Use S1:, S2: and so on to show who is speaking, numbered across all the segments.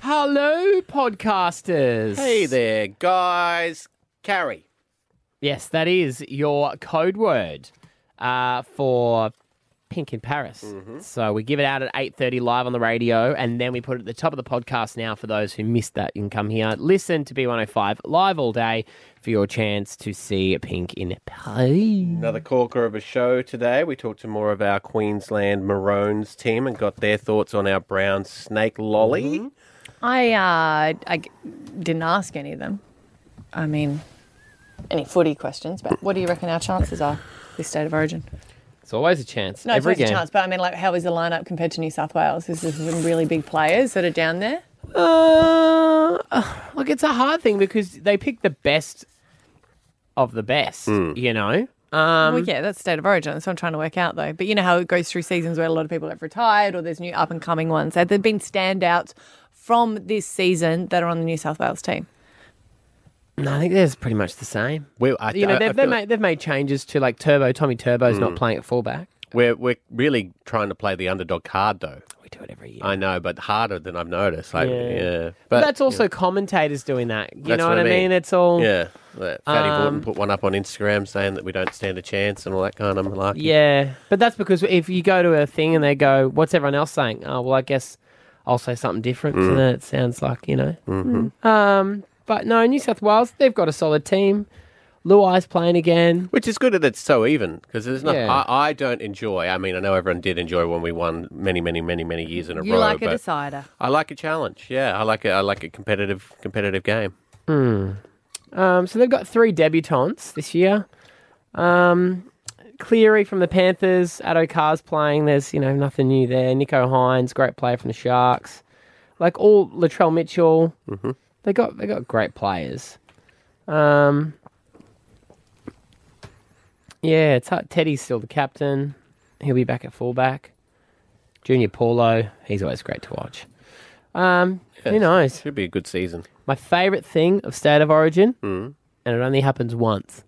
S1: Hello, podcasters.
S2: Hey there, guys. Carrie.
S1: Yes, that is your code word uh, for Pink in Paris.
S2: Mm-hmm.
S1: So we give it out at eight thirty live on the radio, and then we put it at the top of the podcast now for those who missed that. You can come here, listen to B one hundred and five live all day for your chance to see Pink in Paris.
S2: Another corker of a show today. We talked to more of our Queensland Maroons team and got their thoughts on our brown snake lolly.
S1: Mm-hmm.
S3: I uh, I g- didn't ask any of them. I mean, any footy questions? But what do you reckon our chances are this state of origin?
S1: It's always a chance.
S3: No, it's
S1: every
S3: always a
S1: game.
S3: chance. But I mean, like, how is the lineup compared to New South Wales? Is there some really big players that are down there?
S1: Uh, look, it's a hard thing because they pick the best of the best.
S2: Hmm.
S1: You know. Um,
S3: well, yeah, that's state of origin. That's what I'm trying to work out, though. But you know how it goes through seasons where a lot of people have retired, or there's new up and coming ones. Have there been standouts from this season that are on the New South Wales team?
S1: No, I think they're pretty much the same.
S2: We, I,
S1: You know,
S2: I- I
S1: they've,
S2: feel Hmm.
S1: they've, made, they've made changes to like Turbo. Tommy Turbo's not playing at fullback.
S2: we're, we're really trying to play the underdog card, though.
S1: We do it every year.
S2: I know, but harder than I've noticed. Like,
S1: Yeah.
S2: yeah.
S1: but that's also commentators doing that. You
S2: That's
S1: know what I mean? It's all.
S2: Yeah. That Fatty
S1: Um,
S2: Borton put one up on Instagram saying that we don't stand a chance and all that kind of malarkey.
S1: Yeah. But that's because if you go to a thing and they go, what's everyone else saying? Oh, well, I guess I'll say something different.
S2: Mm.
S1: And then it sounds like, you know.
S2: Mm-hmm.
S1: Um, but no, New South Wales, they've got a solid team. Luai's playing again.
S2: Which is good that it's so even because there's nothing.
S1: Yeah.
S2: I, I don't enjoy. I mean, I know everyone did enjoy when we won many, many, many, many years in a
S3: You
S2: row.
S3: like a
S2: but
S3: decider.
S2: I like a challenge. Yeah, I like a, I like a competitive competitive game.
S1: Um, so they've got three debutantes this year. Um, Cleary from the Panthers, Addo Carr's playing. There's you know nothing new there. Nico Hines, great player from the Sharks. Like all Latrell Mitchell, they got they got great players. Um, yeah, it's hard. Teddy's still the captain. He'll be back at fullback. Junior Paulo, he's always great to watch. Um, Who knows?
S2: Should be a good season. Hmm.
S1: My favourite thing of State of Origin, and it only happens once,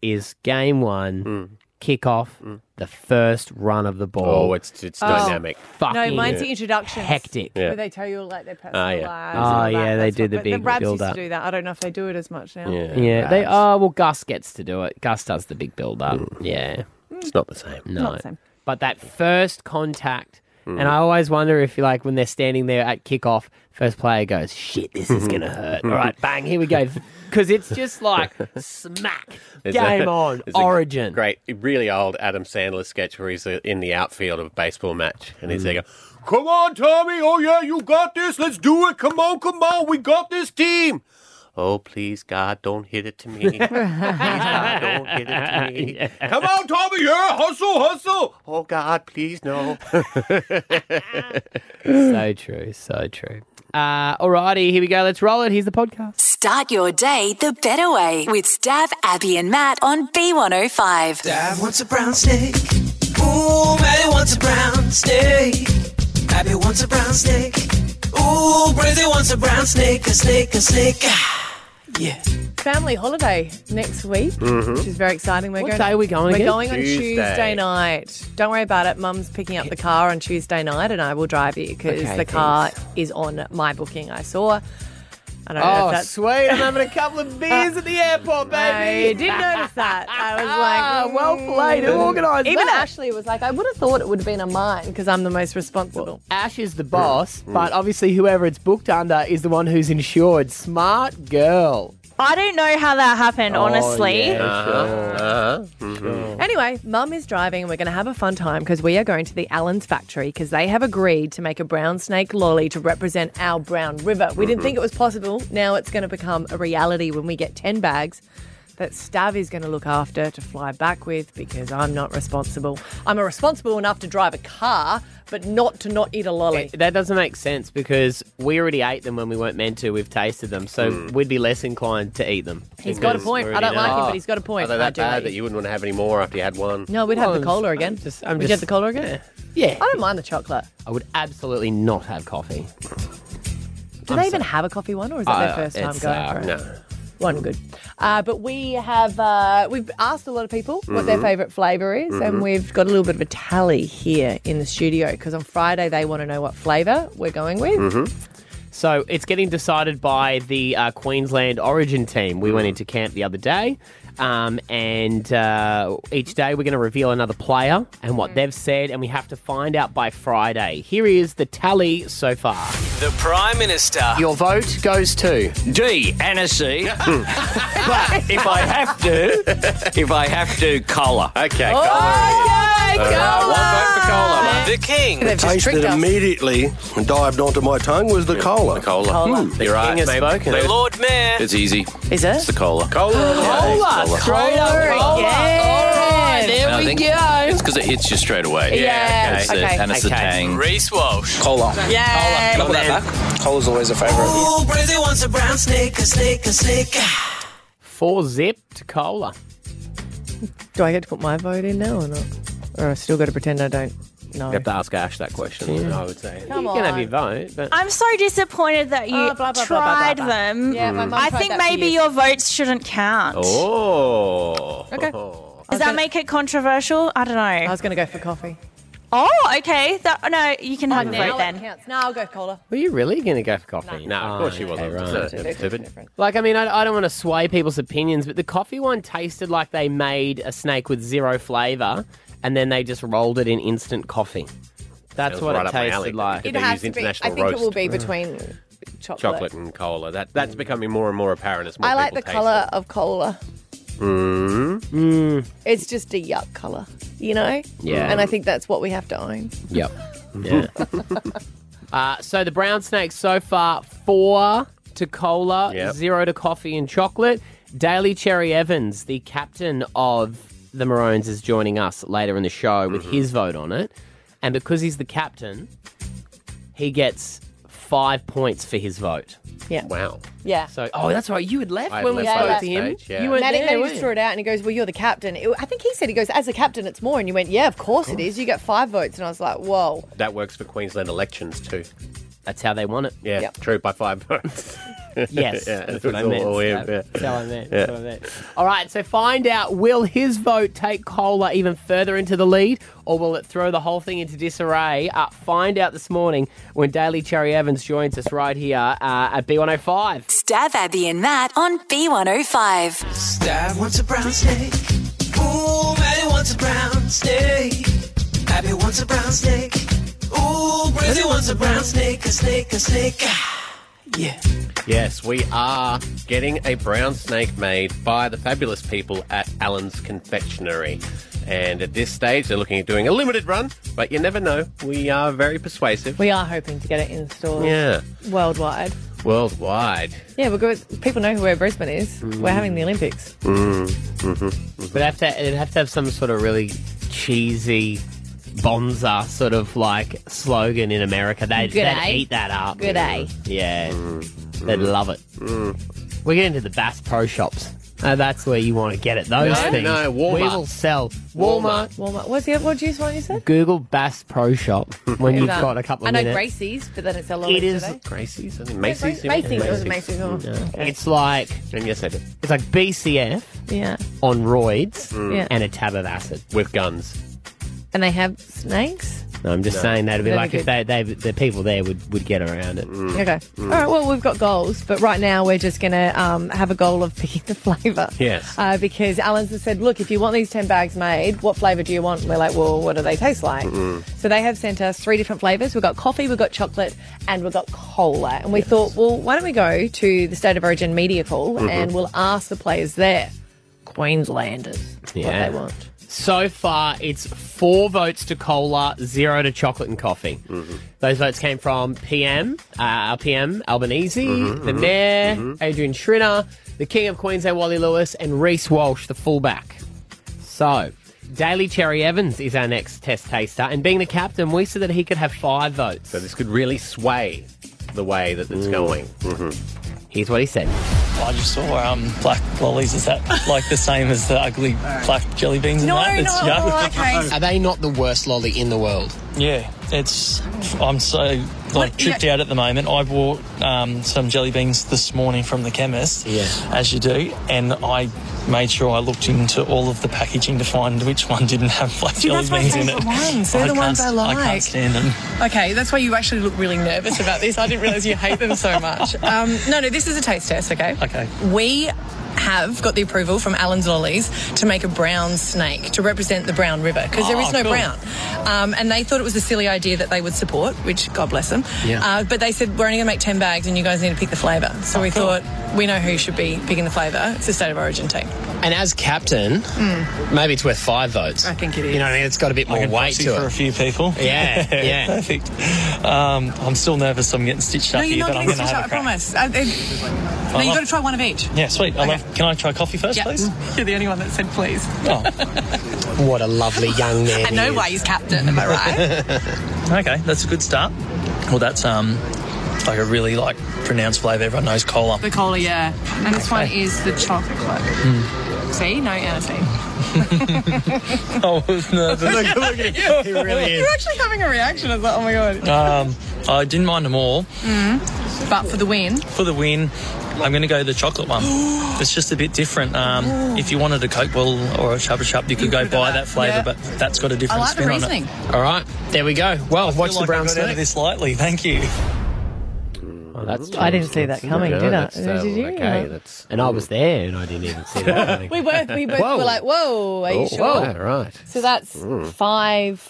S1: is game one, kick off, the first run of the
S2: Hmm. Oh,
S1: ball.
S2: it's it's dynamic.
S1: fucking
S3: No, mine's the introduction.
S1: hectic.
S2: Yeah.
S3: Where they tell you all like their personal
S2: Ah, yeah.
S3: lives.
S1: Ah,
S3: and all
S1: yeah,
S3: that.
S1: they
S3: That's
S1: do
S3: what-
S1: the
S3: but
S1: big
S3: The Rabs
S1: build
S3: used
S1: up.
S3: to do that. I don't know if they do it as much now.
S2: Yeah,
S1: Yeah, they
S2: perhaps.
S1: are. Well, Gus gets to do it. Gus does the big build up. Yeah.
S2: Hmm. It's not the same.
S1: No.
S3: Not the same.
S1: But that first contact, and I always wonder if, like, when they're standing there at kickoff, first player goes, shit, this is going to hurt. All right, bang, here we go. Because it's just like smack.
S2: There's a-
S1: game on.
S2: there's a
S1: Origin.
S2: Great, really old Adam Sandler sketch where he's uh, in the outfield of a baseball match and he's there.
S1: Mm.
S2: Go, come on, Tommy. Oh yeah, you got this. Let's do it. Come on, come on. We got this team. Oh please, God, don't hit it to me. please, God, don't hit it to me. Come on, Tommy. Yeah, hustle, hustle. Oh God, please no.
S1: So true, so true. Uh, alrighty, here we go. Let's roll it. Here's the podcast.
S4: Start your day the better way with Stab, Abby, and Matt on B105.
S5: Dad wants a brown snake. Ooh, Maddie wants a brown snake. Abby wants a brown snake. Ooh, Brizzy wants a brown snake. A snake, a snake. Ah, yeah.
S3: Family holiday next week, which is very exciting. We're
S1: What
S3: going,
S1: day are we going
S3: We're
S1: again?
S3: going on
S2: Mm-hmm. Tuesday.
S3: Tuesday. night. Don't worry about it. Mum's picking up the car on Tuesday night, and I will drive you because
S1: Okay,
S3: the car is on my booking. I saw. I don't know if that's
S1: Oh, sweet. I'm having a couple of beers at the airport, Ah,
S3: I did notice that. I was like, mm.
S1: well played. Who organised
S3: Even
S1: that?
S3: Ashley was like, I would have thought it would have been a mine because I'm the most responsible.
S1: Ash is the boss, but obviously whoever it's booked under is the one who's insured. Smart girl.
S6: I don't know how that happened, honestly.
S1: Oh, yeah, sure.
S2: Uh-huh.
S3: Anyway, Mum is driving and we're going to have a fun time because we are going to the Allen's factory because they have agreed to make a brown snake lolly to represent our Brown River. We didn't think it was possible. Now it's going to become a reality when we get 10 bags that Stav is going to look after to fly back with because I'm not responsible. I'm responsible enough to drive a car, but not to not eat a lolly.
S1: That doesn't make sense because we already ate them when we weren't meant to. We've tasted them, so
S2: Hmm.
S1: we'd be less inclined to eat them.
S3: He's got a
S2: Because
S3: point.
S2: we're
S3: I
S2: already
S3: don't like
S2: done.
S3: him, but he's got a
S2: Are
S3: point.
S2: they
S3: I
S2: that
S3: do
S2: bad
S3: like
S2: that
S3: him.
S2: you wouldn't want to have any more after you had one?
S3: No, we'd have
S1: Well,
S3: the cola
S1: I'm
S3: again.
S1: just- I'm
S3: Would you
S1: just-
S3: have the cola again?
S1: Yeah,
S3: I don't mind the chocolate.
S1: I would absolutely not have coffee.
S3: Do they even have a coffee one, or is that
S1: Uh,
S3: their first time
S1: it's,
S3: going
S1: uh,
S3: for it?
S2: No.
S3: One good. Uh, but we have uh, we've asked a lot of people what
S4: Mm-hmm.
S3: their favourite flavour is, and we've got a little bit of a
S1: Mm-hmm.
S2: Mm-hmm.
S3: tally here in the studio because on Friday they want to know what flavour we're going with.
S1: So it's getting decided by the uh, Queensland Origin team. We
S2: Mm.
S1: went into camp the other day, um, and uh, each day we're going to reveal another player and what they've said, and we have to find out by Friday. Here is the tally so far.
S7: The Prime
S2: Uh.
S7: Minister.
S1: Your vote goes to
S7: D. Annecy. but if I have to, if I have to, Cola.
S2: Okay,
S3: Oh,
S8: Oh,
S2: Colin.
S5: Uh,
S7: The King.
S3: They've just tricked
S9: Tasted
S3: us.
S9: immediately and dived onto my tongue was the Hmm. cola.
S10: Cola.
S2: You're right.
S1: has spoken.
S7: The Lord Mayor.
S10: It's easy.
S3: Is it?
S10: It's the cola.
S1: Cola, straight up cola. All right, there
S10: And I
S1: we
S10: think
S1: go.
S10: It's because it hits you straight away.
S3: Yeah,
S10: And it's the-
S3: okay.
S10: and it's the
S1: Okay.
S10: tang.
S7: Reese Walsh.
S9: Cola.
S6: Yay.
S9: Cola's always a favourite.
S5: Ooh, Brizzy wants a brown snake, a snake, a Ah. snake.
S1: Four zip to cola.
S3: Do I get to put my vote in now or not? Or I still got to pretend I don't know?
S2: You have to ask Ash that question. I would say.
S1: you can have your vote, but
S6: I'm so disappointed that you
S3: Oh, blah, blah, blah, blah, blah,
S6: tried
S3: blah.
S6: them.
S3: Yeah, my mum
S6: I
S3: tried
S6: think
S3: that for
S6: maybe
S3: years.
S6: your votes shouldn't count.
S2: Oh.
S3: Okay.
S6: Does that make it controversial? I don't
S3: I
S6: know.
S3: was going to go for coffee.
S6: Oh, okay. That, no, you can have your vote
S3: Oh, Now it
S6: then.
S3: counts. No, I'll go cola.
S1: were you really going to go for coffee?
S2: No, of course she wasn't.
S1: right.
S2: So, that's stupid.
S1: Like, I mean, I, I don't want to sway people's opinions, but the coffee one tasted like they made a snake with zero flavour and then they just rolled it in instant coffee. That's
S2: Sounds
S1: what
S2: right
S1: it
S2: up my alley.
S1: tasted like.
S2: It- Uh, They use international
S3: I think it will
S2: roast. Mm.
S3: be between chocolate.
S2: Chocolate and cola. That that's becoming more and more apparent as more
S3: I like
S2: people
S3: the
S2: taste
S3: colour of cola. Mm.
S1: Hmm.
S3: It's just a yuck colour, you know?
S1: Yeah.
S3: And I think that's what we have to own.
S1: Yep.
S2: Mm-hmm.
S1: Yeah. uh, so the brown snakes so far four to cola,
S2: Yep.
S1: zero to coffee and chocolate. Daily Cherry Evans, the captain of the Maroons, is joining us later in the show
S2: Mm-hmm.
S1: with his vote on it. And because he's the captain, he gets five points for his vote.
S3: Yeah.
S2: it. Wow.
S3: Yeah.
S1: So, oh, that's right. You had left
S2: I had
S1: when we
S2: left
S1: spoke
S3: at
S1: to
S2: that
S1: him.
S2: stage, yeah.
S1: You weren't
S3: Maddie,
S1: there,
S3: Maddie
S1: were
S3: just
S1: you?
S3: threw it out and he goes, Well, you're the captain. It- I think he said, He goes, As a captain, it's more. And you went, Yeah, of course it is. You get five votes. And I was like, Whoa.
S2: That works for Queensland elections too.
S1: That's how they won it.
S2: Yeah,
S3: Yep.
S2: true by five votes.
S1: Yes,
S2: Yeah,
S1: that's
S2: it's
S1: what I
S2: all
S1: meant.
S2: him, yeah.
S1: That's how I meant. That's what I meant. All right, so find out will his vote take Kohler even further into the lead, or will it throw the whole thing into disarray? Uh, find out this morning when Daily Cherry Evans joins us right here uh, at B105.
S4: Stab Abby and Matt on B105.
S5: Stab wants a brown snake. Ooh, Maddie wants a brown snake. Abby wants a brown snake. Ooh, Brizzy wants a brown snake, a snake, a snake. Ah, Yeah.
S2: yes, we are getting a brown snake made by the fabulous people at Allen's Confectionery. And at this stage, they're looking at doing a limited run, but you never know. We are very persuasive.
S3: We are hoping to get it in stores
S2: yeah,
S3: worldwide.
S2: worldwide.
S3: Yeah, because people know where Brisbane is.
S1: Mm.
S3: We're having the Olympics.
S2: Mm-hmm.
S1: But have to, it'd have to have some sort of really cheesy bonza sort of like slogan in America. They'd,
S3: Good
S1: they'd
S3: eh?
S1: eat that up.
S3: Good eh? day.
S1: Yeah,
S2: Mm.
S1: they'd love it. We're getting to the Bass Pro Shops. Uh, that's where you want to get it. Those
S2: No,
S1: things.
S2: no, Walmart.
S1: We will sell Walmart.
S2: Walmart.
S3: Walmart. What's the what juice one you said?
S1: Google Bass Pro Shop when you've
S3: Um,
S1: got a couple
S3: I
S1: of
S3: know
S1: minutes.
S3: Gracie's, but then it's a lot
S1: It is-
S2: Gracie's, I think Macy's.
S3: Macy's. It was Macy's. Oh,
S1: It's like
S2: And yes, I did.
S1: it's like BCF
S3: Yeah.
S1: on roids
S3: Yeah.
S1: and a tab of acid.
S2: With guns.
S3: And they have snakes.
S1: No, I'm just saying that'd be
S3: That'd
S1: like
S3: be Mm.
S1: if they, they the people there would, would get around it. Mm.
S3: Okay. All right. Well, we've got goals, but right now we're just going to um, have a goal of picking the flavour.
S2: Yes.
S3: Uh, because Alan's has said, look, if you want these 10 bags made, what flavour do you want? And we're like, well, what do they taste like? So they have sent us three different flavours. We've got coffee, we've got chocolate, and we've got cola. And we thought, well, why don't we go to the State of Origin media call and we'll ask the players there, Queenslanders,
S1: Yeah.
S3: what they want.
S1: So far, it's four votes to cola, zero to chocolate and coffee.
S2: Mm-hmm.
S1: Those votes came from PM, uh, our PM Albanese,
S2: Mm-hmm,
S1: the Mayor, Adrian Schrinner, the King of Queensland Wally Lewis, and Reese Walsh, the fullback. So, Daily Cherry Evans is our next test taster, and being the captain, we said that he could have five votes.
S2: So this could really sway the way that
S11: Mm,
S2: it's going.
S11: mm-hmm.
S1: Here's what he said.
S12: I just saw um, black lollies. Is that like the same as the ugly black jelly beans? and
S6: No,
S12: that?
S6: no.
S1: Oh,
S12: It's yuck.
S6: Okay.
S11: Are they not the worst lolly in the world?
S12: Yeah, it's. I'm so like tripped out at the moment. I bought um, some jelly beans this morning from the chemist,
S1: Yeah.
S12: as you do, and I made sure I looked into all of the packaging to find which one didn't have black
S10: See,
S12: jelly
S10: that's my
S12: beans in it.
S10: favourite ones. They're
S12: I
S10: the ones
S12: can't-
S10: I
S12: I
S10: like.
S12: can't stand them.
S10: Okay, that's why you actually look really nervous about this. I didn't realise you hate them so much. Um, no, no, this is a taste test, okay?
S12: Okay.
S10: We have got the approval from Alan's Lollies to make a brown snake to represent the Brown River because there
S12: Oh,
S10: is no
S12: cool.
S10: brown. Um, and they thought it was a silly idea that they would support, which God bless them.
S12: Yeah. Ah,
S10: Uh, but they said, we're only going to make 10 bags and you guys need to pick the flavour. So we thought, we know who should be picking the flavour. It's the State of Origin team.
S11: And as captain,
S12: Hmm.
S11: maybe it's worth five votes.
S10: I think it is.
S11: You know what I mean? It's got a bit
S12: I
S11: more
S12: can
S11: weight
S12: proxy
S11: to
S12: for
S11: it.
S12: a few people.
S11: Yeah, yeah.
S12: Perfect. Um, I'm still nervous. I'm getting stitched up
S10: no, you're
S12: here,
S10: not
S12: but I'm
S10: getting
S12: going to
S10: switched up,
S12: have
S10: I
S12: a crack.
S10: promise. I, I, no, you've got to try one of each.
S12: Yeah, sweet. I love, can I try coffee first,
S10: Yeah.
S12: please? Oh.
S10: You're the only one that said please.
S11: What a lovely young man.
S10: I know why he's captain, am
S12: Mm-hmm.
S10: I right?
S12: Okay, that's a good start. Well, that's um, like a really like pronounced flavour. Everyone knows cola.
S10: the cola, yeah. And this one is the chocolate.
S12: Hmm.
S10: See? No honesty.
S12: I was nervous.
S11: look at him. He really is.
S10: You're actually having a reaction. I was like, oh my god.
S12: um, I didn't mind them all.
S10: Mm. But for the win,
S12: For the win, I'm going to go the chocolate one. it's just a bit different. Um, if you wanted a Coke Bottle or a Chubba Chup, you could go
S10: could've done
S12: buy
S10: that.
S12: that flavour,
S10: Yeah.
S12: but that's got a
S10: I
S12: different
S10: like the
S12: spin on it.
S10: reasoning.
S11: All right, there we go. Well,
S12: I
S11: watch
S12: feel
S11: the
S12: like
S11: brown
S12: I got out of
S11: snake.
S12: this lightly. Thank you.
S3: I didn't see that coming,
S1: Yeah,
S3: did I?
S1: Oh, that's, uh,
S3: did you?
S1: okay, that's and I was there and I didn't even see that. coming.
S3: We both we both
S1: Whoa.
S3: were like, "Whoa, are you
S1: Oh,
S3: sure?"
S1: wow, right.
S3: So that's five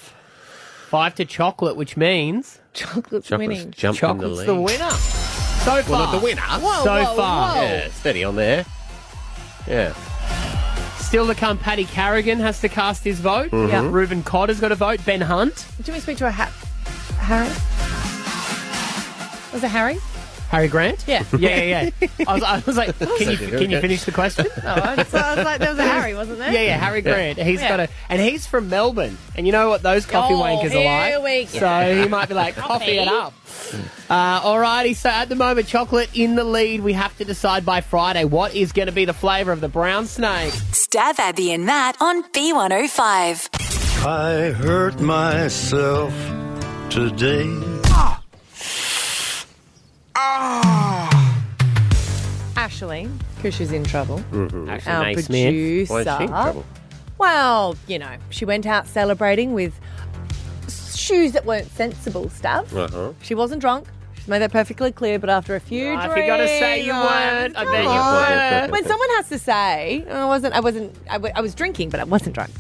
S1: Five to chocolate, which means
S3: chocolates
S2: Chocolate's
S3: winning.
S2: jumped
S1: chocolate's
S2: in
S1: the,
S2: the lead.
S1: winner. So far,
S2: well, not the winner.
S3: Whoa,
S1: So
S3: whoa,
S1: far.
S3: whoa.
S2: Yeah, steady on there. Yeah.
S1: Still to come, Paddy Carrigan has to cast his vote.
S3: Yeah.
S11: Mm-hmm.
S1: Reuben Codd has got a vote. Ben Hunt.
S3: Do we speak to a ha- Harry? Was it Harry?
S1: Harry Grant.
S3: Yeah.
S1: Yeah, yeah, yeah. I was, I was like, can you can you finish the question?
S3: No, Oh, I was, I was like, there was a Harry, wasn't there?
S1: Yeah, yeah, Harry Grant. He's
S3: Yeah.
S1: got a, and he's from Melbourne. And you know what those coffee
S3: Oh,
S1: wankers
S3: here
S1: are
S3: we
S1: like? So he might be like, coffee it up. Uh, alrighty, so at the moment, chocolate in the lead. We have to decide by Friday what is going to be the flavour of the brown snake.
S4: Stab Abby and Matt on B105.
S9: I hurt myself today.
S13: Ah.
S10: Ah.
S3: Ashley, because she's in trouble.
S1: Actually,
S3: Our
S1: Nate Smith.
S3: producer.
S2: Why is she in trouble?
S3: Well, you know, she went out celebrating with shoes that weren't sensible stuff.
S2: Uh-huh.
S3: She wasn't drunk. She's made that perfectly clear, but after a few
S1: I
S3: drinks,
S1: forgot to say you weren't. I bet you weren't.
S3: when someone has to say, "Oh, I wasn't, I wasn't, I wa- I was drinking, but I wasn't drunk.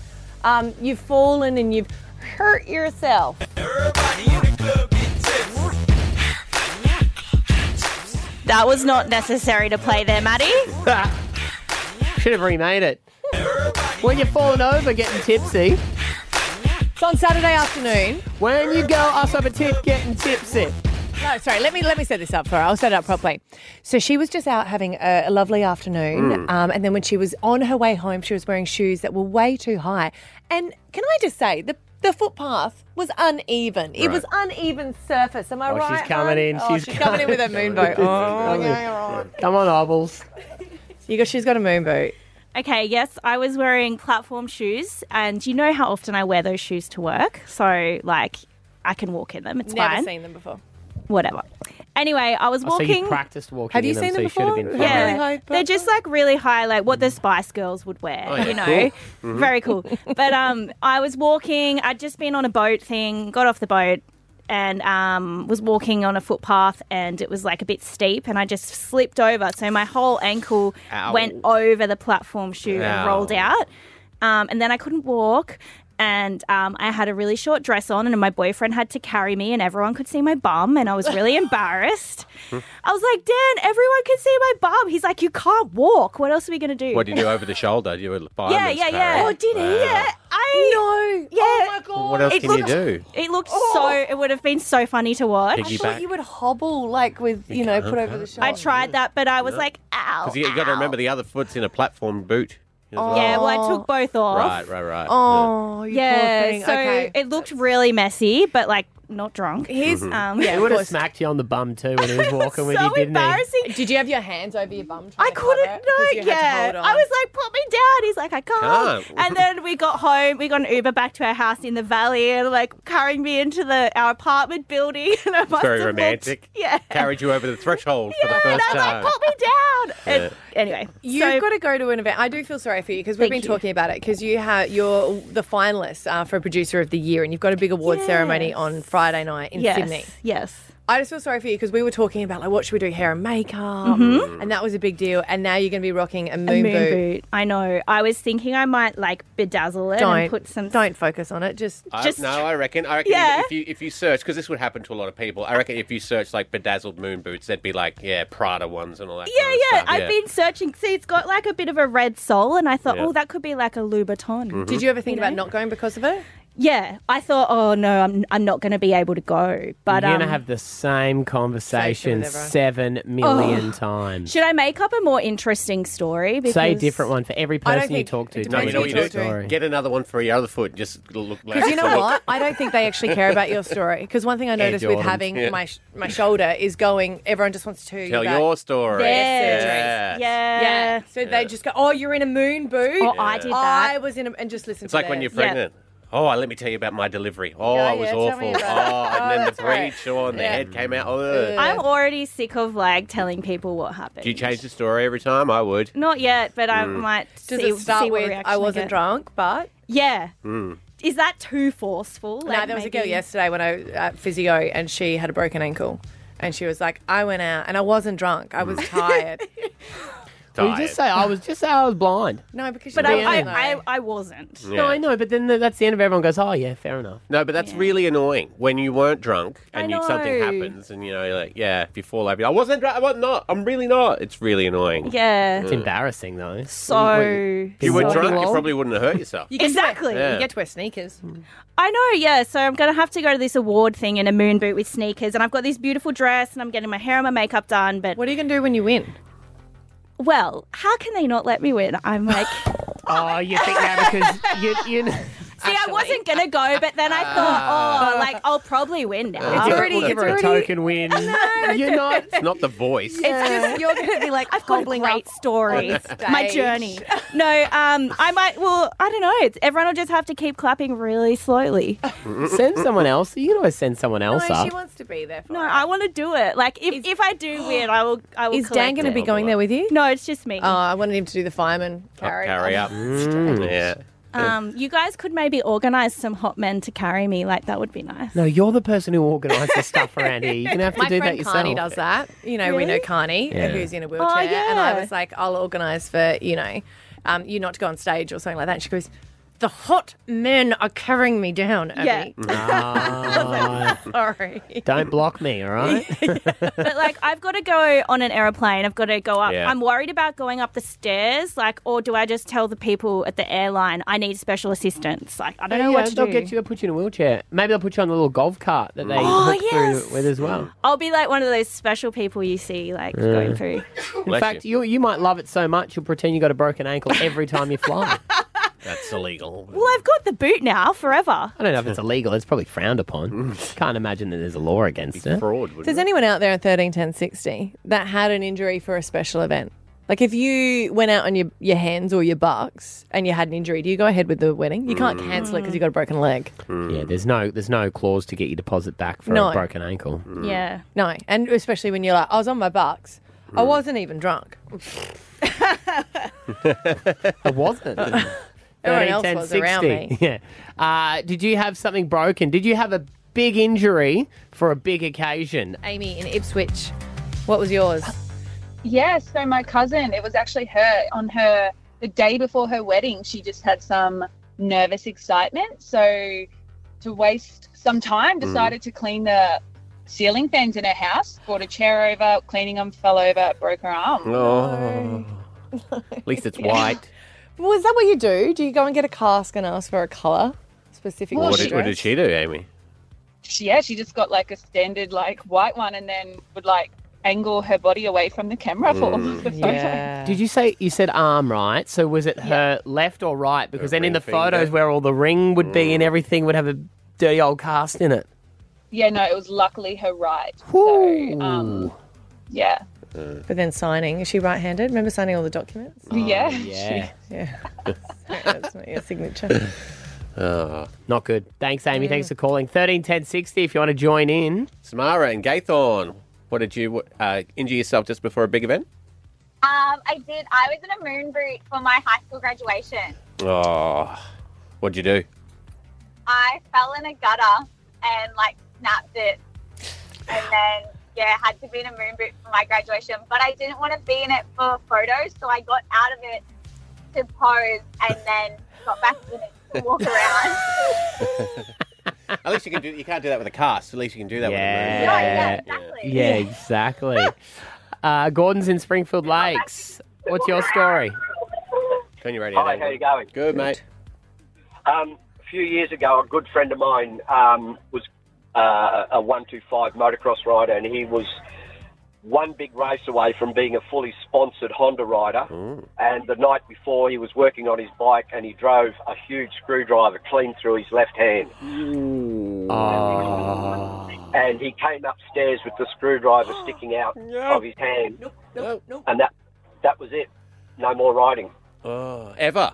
S3: Um, you've fallen and you've hurt yourself.
S6: That was not necessary to play there, Maddie.
S1: Should have remade it. When you're falling over getting tipsy,
S3: It's on Saturday afternoon.
S1: when you go us up a tip getting tipsy.
S3: No, sorry. Let me let me set this up for her. I'll set it up properly. So she was just out having a, a lovely afternoon,
S1: Mm.
S3: um, and then when she was on her way home, she was wearing shoes that were way too high. And can I just say the the footpath was uneven. It was uneven surface. Am I
S1: Oh, she's
S3: right?
S1: coming
S3: hon?
S1: in.
S3: Oh,
S1: She's Mm-hmm.
S3: she's, coming in with her moon boot. Oh, okay, all right.
S1: Come on, Obbles.
S3: You got, she's got a moon boot.
S6: Okay, yes, I was wearing platform shoes, and you know how often I wear those shoes to work. So, like, I can walk in them. Um, It's
S3: Never
S6: fine.
S3: seen them before.
S6: Whatever. Anyway, I was
S1: Oh, so
S6: walking.
S1: you practiced walking.
S3: Have you
S1: in
S3: seen
S1: so
S3: them
S1: you should have
S3: before?
S1: been fine. Mm-hmm.
S6: yeah,
S3: Really high
S6: they're just like really high, like what the Spice Girls would wear,
S1: Oh,
S2: yeah.
S6: you know, very cool. But um, I was walking. I'd just been on a boat thing, got off the boat, and um, was walking on a footpath, and it was like a bit steep, and I just slipped over, so my whole ankle
S2: Ow.
S6: went over the platform shoe
S2: Ow.
S6: and rolled out, um, and then I couldn't walk. And um, I had a really short dress on, and my boyfriend had to carry me, and everyone could see my bum, and I was really embarrassed.
S2: Hmm.
S6: I was like, Dan, everyone can see my bum. He's like, you can't walk. What else are we gonna do?
S2: What do you do over the shoulder? You were
S6: yeah, yeah, yeah. Oh, Yeah, I.
S3: No.
S6: Yeah.
S3: Oh my god.
S2: What else
S6: It
S2: can
S6: looked-
S2: you do?
S6: It looked
S3: Oh.
S6: so. It would have been so funny to watch.
S3: I
S2: Piggy-
S3: thought
S2: back.
S3: you would hobble like with you, know put over the shoulder.
S6: I tried that, but I was like, ow.
S2: Because you, got to
S6: ow. Oh.
S2: remember the other foot's in a platform boot. as well.
S6: Yeah, well, I took both off.
S2: Right, right, right.
S3: Oh, you poor
S6: Yeah,
S3: thing.
S6: so
S3: okay.
S6: it looked really messy, but like not drunk. um,
S1: Here's
S2: Mm-hmm.
S3: um,
S1: he would have smacked you on the bum too when he was walking with you, didn't he?
S3: Did you have your hands over your bum?
S6: I couldn't
S3: you
S6: know
S3: had to
S6: yet.
S3: hold on.
S6: I was like, put me down. He's like, I can't.
S3: Can't.
S6: And then we got home. We got an Uber back to our house in the valley and like carrying me into the our apartment building. And I must
S2: Very
S6: have
S2: romantic.
S6: Looked, yeah.
S2: Carried you over the threshold for the
S6: and
S2: first
S6: I was like,
S2: time.
S6: put me down.
S2: Yeah.
S6: And anyway,
S3: You've got to go to an event. I do feel sorry for you because we've been
S6: Thank you.
S3: talking about it because you have you're the finalists uh, for producer of the year and you've got a big award ceremony on Friday night in
S6: Yes,
S3: Sydney.
S6: Yes.
S3: I just feel sorry for you because we were talking about like what should we do hair and makeup
S6: Mhm.
S3: and that was a big deal and now you're going to be rocking a moon,
S6: a moon boot.
S3: boot.
S6: I know. I was thinking I might like bedazzle it
S3: Don't.
S6: and put some.
S3: Don't focus on it. Just
S2: I, no, I reckon. I reckon
S6: Yeah.
S2: if you if you search because this would happen to a lot of people. I reckon if you search like bedazzled moon boots, they'd be like yeah Prada ones and all that.
S6: Yeah,
S2: kind of
S6: yeah.
S2: stuff,
S6: I've been searching. See, it's got like a bit of a red sole, and I thought,
S2: Yeah.
S6: oh, that could be like a Louboutin.
S2: Mhm. Did you
S3: ever think about not going because of it?
S6: Yeah, I thought, oh no, I'm I'm not going to be able to go. But
S1: You're
S6: um,
S1: gonna have the same conversation
S6: with everyone.
S1: seven million
S6: Oh.
S1: times.
S6: should I make up a more interesting story? Because
S1: Say a different one for every
S6: I don't
S1: person you
S6: think-
S1: talk to.
S6: it
S2: No,
S1: Tell
S2: you
S1: a
S2: know what you do?
S1: different story.
S2: Get another one for your other foot. and Just look like.
S3: Because you know
S2: someone-
S3: what? I don't think they actually care about your story. Because one thing I
S2: Air
S3: noticed with
S2: Jordans,
S3: having
S2: yeah.
S3: my my shoulder is going. Everyone just wants to
S2: Tell
S3: about
S2: your story.
S3: their surgeries.
S6: Yeah.
S3: yeah. So they just go, "Oh, you're in a moon boot."
S6: Oh, I did that.
S3: I was in a and just listen.
S2: It's
S3: to
S2: like when
S3: theirs.
S2: you're pregnant. Oh, let me tell you about my delivery. Oh,
S6: Yeah,
S2: I was
S6: yeah, tell me
S2: awful.
S6: about
S2: Oh,
S6: it.
S2: and
S6: Oh,
S2: then the
S6: that's right.
S2: breach. Oh, and the
S6: Yeah.
S2: head came out. Oh,
S6: I'm already sick of like telling people what happened.
S2: do you change the story every time? I would.
S6: Not yet, but I
S2: Mm.
S6: might.
S3: Does
S6: see,
S3: it start
S6: see what
S3: with,
S6: reaction
S3: "I wasn't
S6: get."
S3: drunk, but"?
S6: Yeah.
S2: Mm.
S6: Is that too forceful?
S3: no, there was a girl yesterday when I at physio and she had a broken ankle, and she was like, "I went out and I wasn't drunk. I was
S2: Mm.
S3: tired."
S1: Well, you just say I was just say I was blind.
S3: No, because
S6: but
S1: you
S6: I,
S1: don't know.
S6: I, I, I wasn't.
S1: No, I know, but then the, that's the end of it. everyone goes, oh yeah, fair enough.
S2: No, but that's really annoying when you weren't drunk
S6: I
S2: and you, something
S6: know.
S2: happens and you know, you're like, yeah, if you fall over, I wasn't drunk. I was not. I'm really not. It's really annoying.
S6: Yeah.
S1: It's embarrassing though.
S6: So-
S2: If you were
S1: So-
S2: drunk, you
S1: Lol.
S2: probably wouldn't have hurt yourself.
S6: You get to wear- Exactly.
S2: Yeah.
S6: you get
S3: to wear sneakers.
S6: I know, yeah. So I'm going to have to go to this award thing in a moon boot with sneakers. And I've got this beautiful dress and I'm getting my hair and my makeup done. But
S3: what are you going to do when you win?
S6: Well, how can they not let me win? I'm like,
S1: oh, you think that because you. you
S6: See, I wasn't going to go, but then I thought, oh, like, I'll probably win now.
S2: Ah. It's already-
S1: give her a
S2: it's
S1: token win. You're not.
S2: It's not the voice.
S6: It's just you're going to be like I've got a great story,
S2: on stage.
S6: my journey. No, um, I might. Well, I don't know. It's, everyone will just have to keep clapping really slowly.
S1: send someone else. You can always send someone else up.
S3: wants to be there.
S6: no, I want to do it. Like if, if I do win, I will. I will.
S3: Is Dan going to be going there with you?
S6: No, it's just me.
S3: Oh, I wanted him to do the fireman carry.
S2: Carry up.
S1: Mm.
S2: yeah.
S6: Um, you guys could maybe organize some hot men to carry me. Like that would be nice.
S1: No, you're the person who organises stuff around here. You're gonna have to
S3: My
S1: do that
S3: friend
S1: yourself.
S3: Carney does that. You know, we know
S6: Really? Oh,
S3: Carney,
S1: Yeah.
S3: who's in a wheelchair, and I was like, I'll organise for you know, um, you not to go on stage or something like that. And she goes, "The hot men are carrying me down." Abby.
S1: Ah,
S3: Sorry.
S1: don't block me, all right?
S6: but like I've got to go on an aeroplane. I've got to go up.
S1: Yeah.
S6: I'm worried about going up the stairs. Like, or do I just tell the people at the airline I need special assistance? Like, I don't know
S1: yeah,
S6: what to
S1: they'll
S6: do.
S1: get you. They'll put you in a wheelchair. Maybe they'll put you on the little golf cart that they
S6: Oh,
S1: hook
S6: yes.
S1: through with as well.
S6: I'll be like one of those special people you see, like
S1: Yeah.
S6: going through.
S1: In fact, you. you might love it so much you'll pretend you got a broken ankle every time you fly.
S2: That's illegal.
S6: Well, I've got the boot now forever.
S1: I don't know if it's illegal. It's probably frowned upon. Can't imagine that there's a law against it.
S2: Fraud.
S3: If there's anyone out there in 13, 10, 60 that had an injury for a special event, like if you went out on your, your hands or your bucks and you had an injury, do you go ahead with the wedding? You can't cancel it because you got a broken leg.
S1: Yeah, there's no there's no clause to get your deposit back for
S3: No.
S1: a broken ankle.
S6: Yeah.
S3: No, and especially when you're like, I was on my bucks. I wasn't even drunk.
S1: I wasn't.
S3: Everyone else was around
S1: 13, 10, 60. Yeah. Uh, did you have something broken? Did you have a big injury for a big occasion?
S3: Amy in Ipswich, what was yours?
S14: Yeah, so my cousin, it was actually her on her the day before her wedding, she just had some nervous excitement. So to waste some time, decided to clean the ceiling fans in her house, brought a chair over, cleaning them, fell over, broke her arm.
S2: Oh. At least it's white.
S3: Well, is that what you do? Do you go and get a cask and ask for a colour specific?
S2: what,
S3: to
S2: did,
S3: your
S2: what
S3: dress?
S2: did she do, Amy?
S14: She, yeah, she just got like a standard like white one and then would like angle her body away from the camera for
S1: Mm.
S14: the photo.
S1: Did you say you said arm right? So was it her left or right? Because then in the
S2: ring finger.
S1: photos where all the ring would be and everything would have a dirty old cast in it.
S14: yeah, no, it was luckily her right.
S1: So,
S14: um, yeah.
S3: But then signing, is she right handed? Remember signing all the documents?
S14: Yeah.
S1: yeah.
S3: Oh, yeah. Sorry, That's not your signature.
S1: Not good. Thanks, Amy. Thanks for calling. 13 10 60 if you want to join in.
S2: Samara and Gaithorn, what did you uh, injure yourself just before a big event?
S15: Um, I did. I was in a moon boot for my high school graduation.
S2: Oh, what'd you do?
S15: I fell in a gutter and like snapped it, and then yeah, had to be in a moon boot for my graduation. But I didn't want to be in it for photos, so I got out of it to pose, and then got back in it to walk around.
S2: At least you can do. You can't do that with a cast. At least you can do that
S1: Yeah.
S2: with a moon.
S1: Yeah, exactly. uh, Gordon's in Springfield Lakes. What's your story?
S2: Turn your radio
S8: Hi,
S2: down.
S8: how you going?
S2: Good, mate.
S8: Um, a few years ago, a good friend of mine um, was uh, a 125 motocross rider, and he was one big race away from being a fully sponsored Honda rider.
S2: Oh.
S8: And the night before, he was working on his bike, and he drove a huge screwdriver clean through his left hand.
S1: Oh.
S8: And he came upstairs with the screwdriver sticking out of his hand,
S2: No, no.
S8: and that that was it. No more riding.
S2: Oh, ever.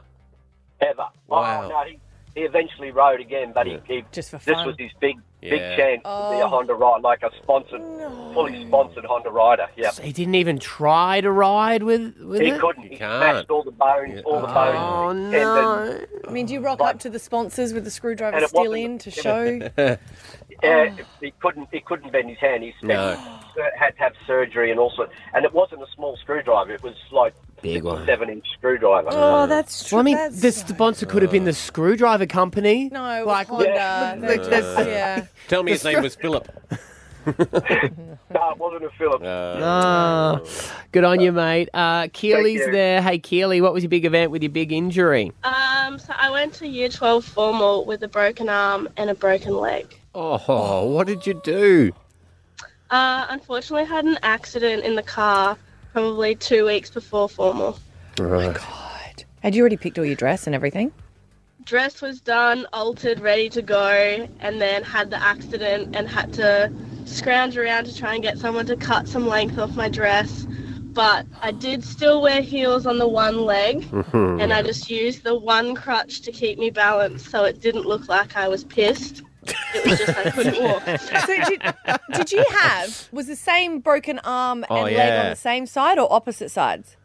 S8: Ever.
S2: Wow.
S8: Oh, no, he, he eventually rode again, but he, he
S3: just for
S8: this
S3: fun.
S8: was his big big
S2: Yeah.
S8: chance to be a
S3: Oh.
S8: Honda rider, like a sponsored, fully sponsored Honda rider. Yeah.
S1: He didn't even try to ride with, with
S8: He
S1: it?
S8: couldn't. He smashed all the bones, all the bones.
S1: Oh,
S8: tendons,
S1: no.
S3: I mean, do you rock up to the sponsors with the
S8: And
S3: screwdriver
S8: it
S3: still
S8: wasn't-
S3: in to show?
S8: Yeah, he couldn't. He couldn't bend his hand. He spent,
S2: No.
S8: had to have surgery and all sorts. And it wasn't a small screwdriver. It was like
S2: Big one. Uh,
S8: seven-inch screwdriver.
S1: Oh, that's true. Well, I mean, the sponsor could have been the screwdriver company.
S3: No,
S1: like
S3: Honda.
S1: look, look,
S2: that's-
S1: that's-
S3: yeah.
S2: Tell me
S1: The
S2: his name
S1: screw-
S2: was Philip. Uh,
S8: no, it wasn't a Philip.
S1: Ah, good on you, mate. Uh, Keely's
S16: you.
S1: there. Hey, Keely, what was your big event with your big injury?
S16: Um, so I went to year 12 formal with a broken arm and a broken leg.
S2: Oh, what did you do?
S16: Uh, unfortunately, I had an accident in the car probably two weeks before formal.
S3: Oh Had you already picked all your dress and everything?
S16: Dress was done, altered, ready to go, and then had the accident and had to scrounge around to try and get someone to cut some length off my dress. But I did still wear heels on the one leg,
S2: Mhm.
S1: Mm.
S16: and I just used the one crutch to keep me balanced so it didn't look like I was pissed. It was just I couldn't walk.
S3: So did, did you have, was the same broken arm
S16: Oh,
S3: and leg
S16: yeah.
S3: on the same side or opposite sides?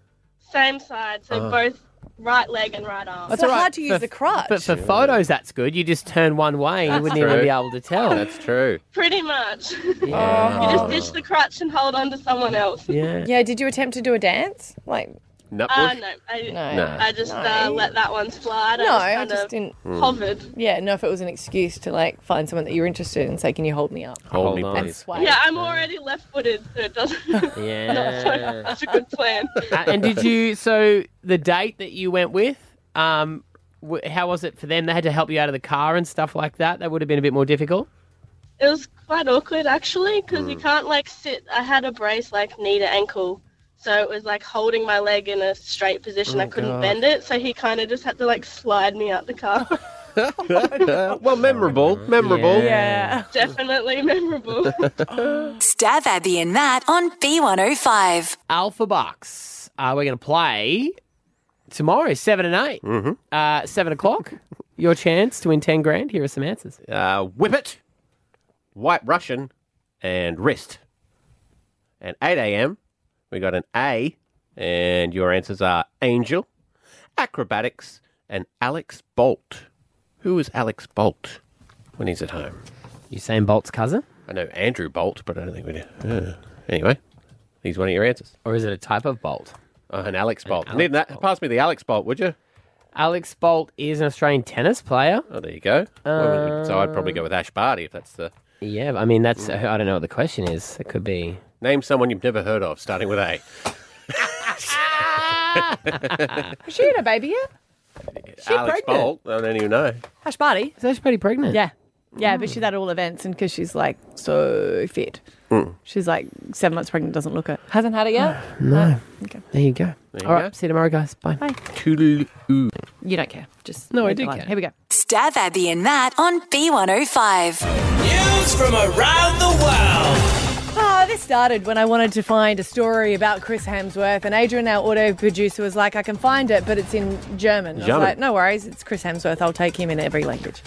S16: Same side, so
S1: Oh.
S16: both right leg and right arm.
S3: That's So all right. hard to use
S1: For-
S3: the crutch.
S1: But for photos, that's good. You just turn one way and you
S16: That's
S1: wouldn't even
S16: true.
S1: be able to tell.
S2: That's true.
S16: Pretty much.
S1: Yeah.
S16: you just ditch the crutch and hold on to someone else.
S1: Yeah.
S3: Yeah, did you attempt to do a dance? Like,
S2: Nut
S16: Uh,
S2: bush?
S16: no, I,
S2: No.
S16: I just uh,
S3: No.
S16: let that one slide.
S3: No, I
S16: I just, kind
S3: just
S16: of
S3: didn't-
S1: Hmm.
S2: Mm.
S16: hovered.
S3: yeah, no, if it was an excuse to like find someone that you're interested in and say, can you hold me up?
S2: Hold, me,
S3: And
S2: please.
S3: sway.
S16: Yeah, I'm already left-footed, so it doesn't. not so,
S1: Yeah.
S16: that's a good plan.
S1: Uh, and did you? So the date that you went with, um, w- how was it for them? They had to help you out of the car and stuff like that. That would have been a bit more difficult.
S16: It was quite awkward actually because you
S2: Hmm.
S1: Mm.
S16: can't like sit. I had a brace like knee to ankle, so it was like holding my leg in a straight position.
S2: Oh,
S16: I couldn't
S2: God.
S16: bend it, so he kind of just had to like slide me out the car.
S2: well, memorable. Memorable.
S16: Definitely memorable.
S4: Stab Abby and Matt on B105.
S1: Alpha Bucks. Uh, we're going to play tomorrow, seven and 8 Mm-hmm. Uh, seven o'clock. Your chance to win ten grand. Here are some answers.
S2: Uh, Whippet, White Russian, and Wrist. And 8 a.m., we got an A, and your answers are Angel, Acrobatics, and Alex Bolt. Who is Alex Bolt when he's at home?
S1: Usain Bolt's cousin.
S2: I know Andrew Bolt, but I don't think we do. Uh, anyway, he's one of your answers.
S1: Or is it a type of bolt?
S2: Uh, an Alex Bolt. Need that. Pass me the Alex Bolt, would you?
S1: Alex Bolt is an Australian tennis player. Uh,
S2: Oh, there you go. Well, so I'd probably go with Ash Barty if that's the.
S1: Yeah, I mean that's. I don't know what the question is. It could be.
S2: Name someone you've never heard of, starting with A.
S3: Is she had a baby yet? She
S2: Alex
S3: pregnant?
S2: Bolt. I don't even know.
S3: Hush Barty.
S1: Is Ash Barty pregnant? Hmm.
S3: Yeah. Yeah, but she's at all events and because she's like so fit.
S1: Hmm.
S3: She's like seven months pregnant, doesn't look it. Hasn't had it yet?
S1: No. Okay. Ah, There you go.
S3: There you
S1: All right.
S3: go.
S1: See you tomorrow, guys. Bye.
S3: Bye.
S2: Toodaloo.
S3: You don't care. Just
S1: No, I
S3: leave it
S1: do
S3: alone.
S1: care.
S3: Here we go.
S4: It's Dab, Abby, and Matt on B105.
S5: News from around the world.
S3: Ah, this started when I wanted to find a story about Chris Hemsworth, and Adrian, our audio producer, was like, I can find it, but it's in German. I was
S5: German.
S3: like, no worries, it's Chris Hemsworth, I'll take him in every language.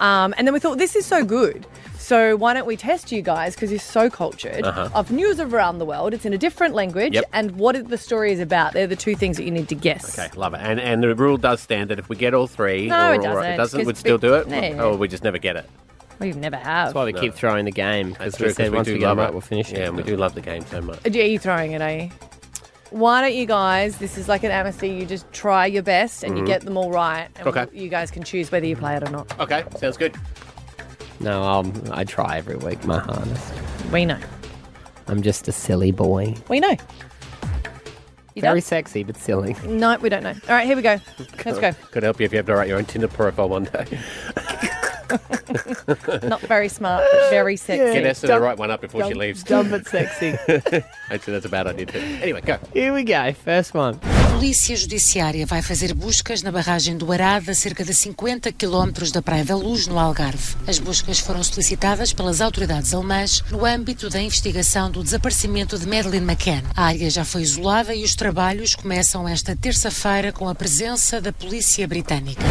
S3: Um, and then we thought, this is so good. So why don't we test you guys, because you're so cultured,
S5: Uh-huh.
S3: of news around the world. It's in a different language,
S2: Yep.
S3: and what it- the story is about. They're the two things that you need to guess.
S2: Okay, love it. And and the rule does stand that if we get all three,
S3: No,
S2: or,
S3: it
S2: or-
S3: doesn't,
S2: doesn't,
S3: 'cause
S2: we'd still
S3: we-
S2: do it.
S3: no.
S2: Or we just never get it.
S3: We've never have.
S1: That's why we keep throwing the game because
S2: true,
S1: we
S2: 'cause
S1: said
S2: we
S1: once
S2: do
S1: we get
S2: love
S1: them
S2: it.
S1: right, we'll finish it.
S2: Yeah, and we do love the game so much.
S3: Are you Uh, throwing it, are you? Why don't you guys, this is like an amnesty, you just try your best and
S2: Mhm.
S3: you get them all right. And
S2: Okay.
S3: you guys can choose whether you play it or not.
S2: Okay, sounds good.
S1: No, um, I try every week. My hardest.
S3: We know.
S1: I'm just a silly boy.
S3: We know. You
S1: Very
S3: done?
S1: sexy but silly.
S3: No, we don't know. All right, here we go. Let's go.
S2: Could help you if you have to write your own Tinder profile one day.
S3: Not very smart, but very sexy.
S2: Get Esther to write one up before she
S1: dumb-
S2: leaves.
S1: dumb but sexy.
S2: Actually, that's a bad idea too. Anyway, go.
S1: Here we go. First one.
S17: Polícia Judiciária vai fazer buscas na barragem do Arada, a cerca de 50 quilómetros da Praia da Luz, no Algarve. As buscas foram solicitadas pelas autoridades alemãs no âmbito da investigação do desaparecimento de Madeleine McCann. A área já foi isolada e os trabalhos começam esta terça-feira com a presença da polícia britânica.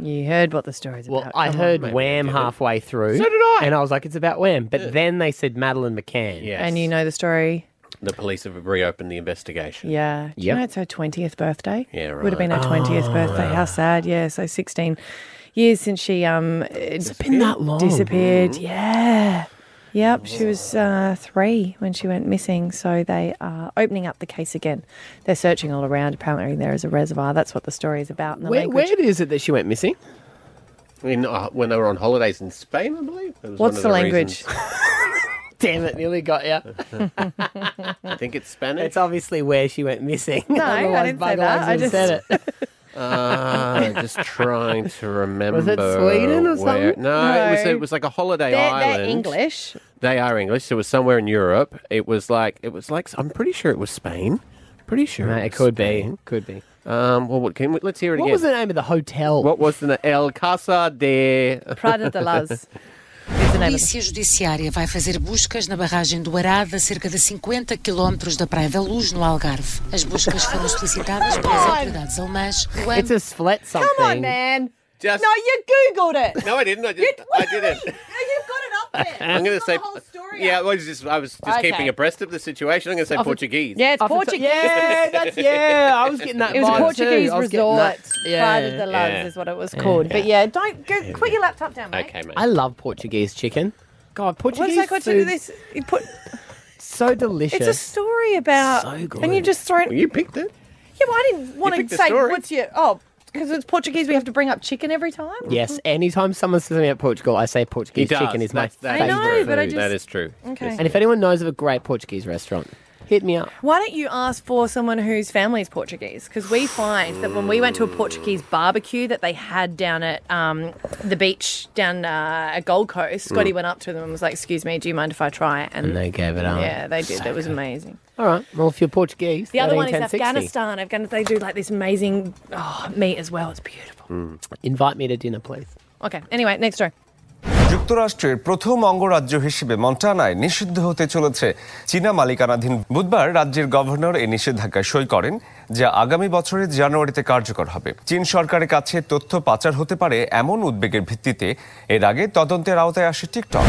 S3: You heard what the story's
S1: Well,
S3: about.
S1: I
S3: Come on.
S1: heard Wham halfway through. So did I. And I was like, it's about Wham. But then they said Madeline McCann.
S2: Yes.
S3: And you know the story.
S2: The police have reopened the investigation.
S3: Yeah. Do you know it's her 20th birthday?
S2: Yeah,
S3: Would have been her
S2: right.
S3: 20th
S2: Oh,
S3: birthday.
S2: wow.
S1: Ah.
S3: How sad. Yeah, so 16 years since she um it's
S1: been that long.
S3: Disappeared. Yeah. Yep, she was uh, three when she went missing, so they are opening up the case again. They're searching all around. Apparently, there is a reservoir. That's what the story is about. In the
S1: Where,
S3: language.
S1: where is it that she went missing?
S2: In, uh, when they were on holidays in Spain, I believe. It was one
S1: What's
S2: of
S1: the language?
S2: reasons.
S1: Damn it, nearly got you.
S2: I think it's Spanish.
S1: It's obviously where she went missing.
S3: No, I
S1: Otherwise,
S3: didn't say
S1: Bugger
S3: that. I
S1: would've
S3: just-
S1: said it.
S2: Ah, just trying to remember.
S1: Sweden or
S2: where-
S1: something?
S2: No, it was
S1: No.
S2: it was like a holiday
S3: They're,
S2: island.
S3: they're English.
S2: They are English. So it was somewhere in Europe. It was like it was like I'm pretty sure it was Spain. Pretty sure
S1: Mate, it could be. Could be.
S2: Um. Well, what can we, let's hear it
S1: What
S2: again.
S1: was the name of the hotel?
S2: What was the na- El Casa de
S17: Prada
S2: de
S17: de
S2: las?
S17: Las. A Polícia Judiciária vai fazer buscas na barragem do Arada, a cerca de 50 quilómetros da Praia da Luz, no Algarve. As buscas foram solicitadas pelas autoridades alemãs no
S1: It's
S17: âmbito
S1: a sflet something.
S17: Come on,
S3: man.
S2: Just
S3: no, you googled it.
S2: No, I didn't. I, just, I didn't. I'm going to say. yeah, I was just I was just
S1: Okay.
S2: keeping abreast of the situation. I'm going to say
S1: Off the-
S2: Portuguese.
S3: Yeah, it's
S1: Off the top-
S3: Portuguese.
S1: yeah, that's yeah. I was getting that.
S3: It was a
S1: vibe too.
S3: Portuguese
S1: I was getting
S3: resort.
S1: that- Yeah,
S3: Prada de Luz
S1: yeah.
S3: is what it was
S1: Yeah.
S3: called. But yeah, don't go, put your laptop down, mate.
S2: Okay, mate.
S1: I love Portuguese chicken. God, Portuguese
S3: What has that got to do with
S1: food's
S3: this? You put,
S1: So delicious.
S3: it's a story about.
S1: So good.
S3: And you just thrown.
S2: you picked it.
S3: Yeah, well, I didn't want
S1: picked
S3: to
S1: the
S3: say
S1: story.
S3: what's your. Oh, because it's Portuguese, we have to bring up chicken every time.
S1: Yes, anytime someone says something about Portugal, I say Portuguese
S2: He does.
S1: chicken is my
S2: That's- that
S1: favorite.
S2: is I know, but I
S3: true. That just- is
S2: true.
S3: Mm-hmm. Okay. Yes,
S1: And if anyone knows of a great Portuguese restaurant, hit me up.
S3: Why don't you ask for someone whose family is Portuguese? Because we find that when we went to a Portuguese barbecue that they had down at um, the beach down uh, at Gold Coast, Scotty
S1: Mm.
S3: went up to them and was like, "Excuse me, do you mind if I try it?"
S1: And they gave it up.
S3: Yeah, they did. That was amazing.
S1: All right. Well, if you're Portuguese,
S3: The other one is
S1: 13, 10, 60.
S3: Afghanistan. Afghanistan. They do like this amazing oh, meat as well. It's beautiful.
S1: Hmm. Invite me to dinner, please.
S3: Okay. Anyway, next story.
S18: যুক্তরাষ্ট্রের প্রথম অঙ্গরাজ্য হিসেবে মন্টানায় নিষিদ্ধ হতে চলেছে চীনা মালিকানাধীন বুধবার রাজ্যের গভর্নর এই নিষেধাজ্ঞা সই করেন যা আগামী বছরের জানুয়ারিতে কার্যকর হবে চীন সরকারের কাছে তথ্য পাচার হতে পারে এমন উদ্বেগের ভিত্তিতে এর আগে তদন্তের আওতায় আসে TikTok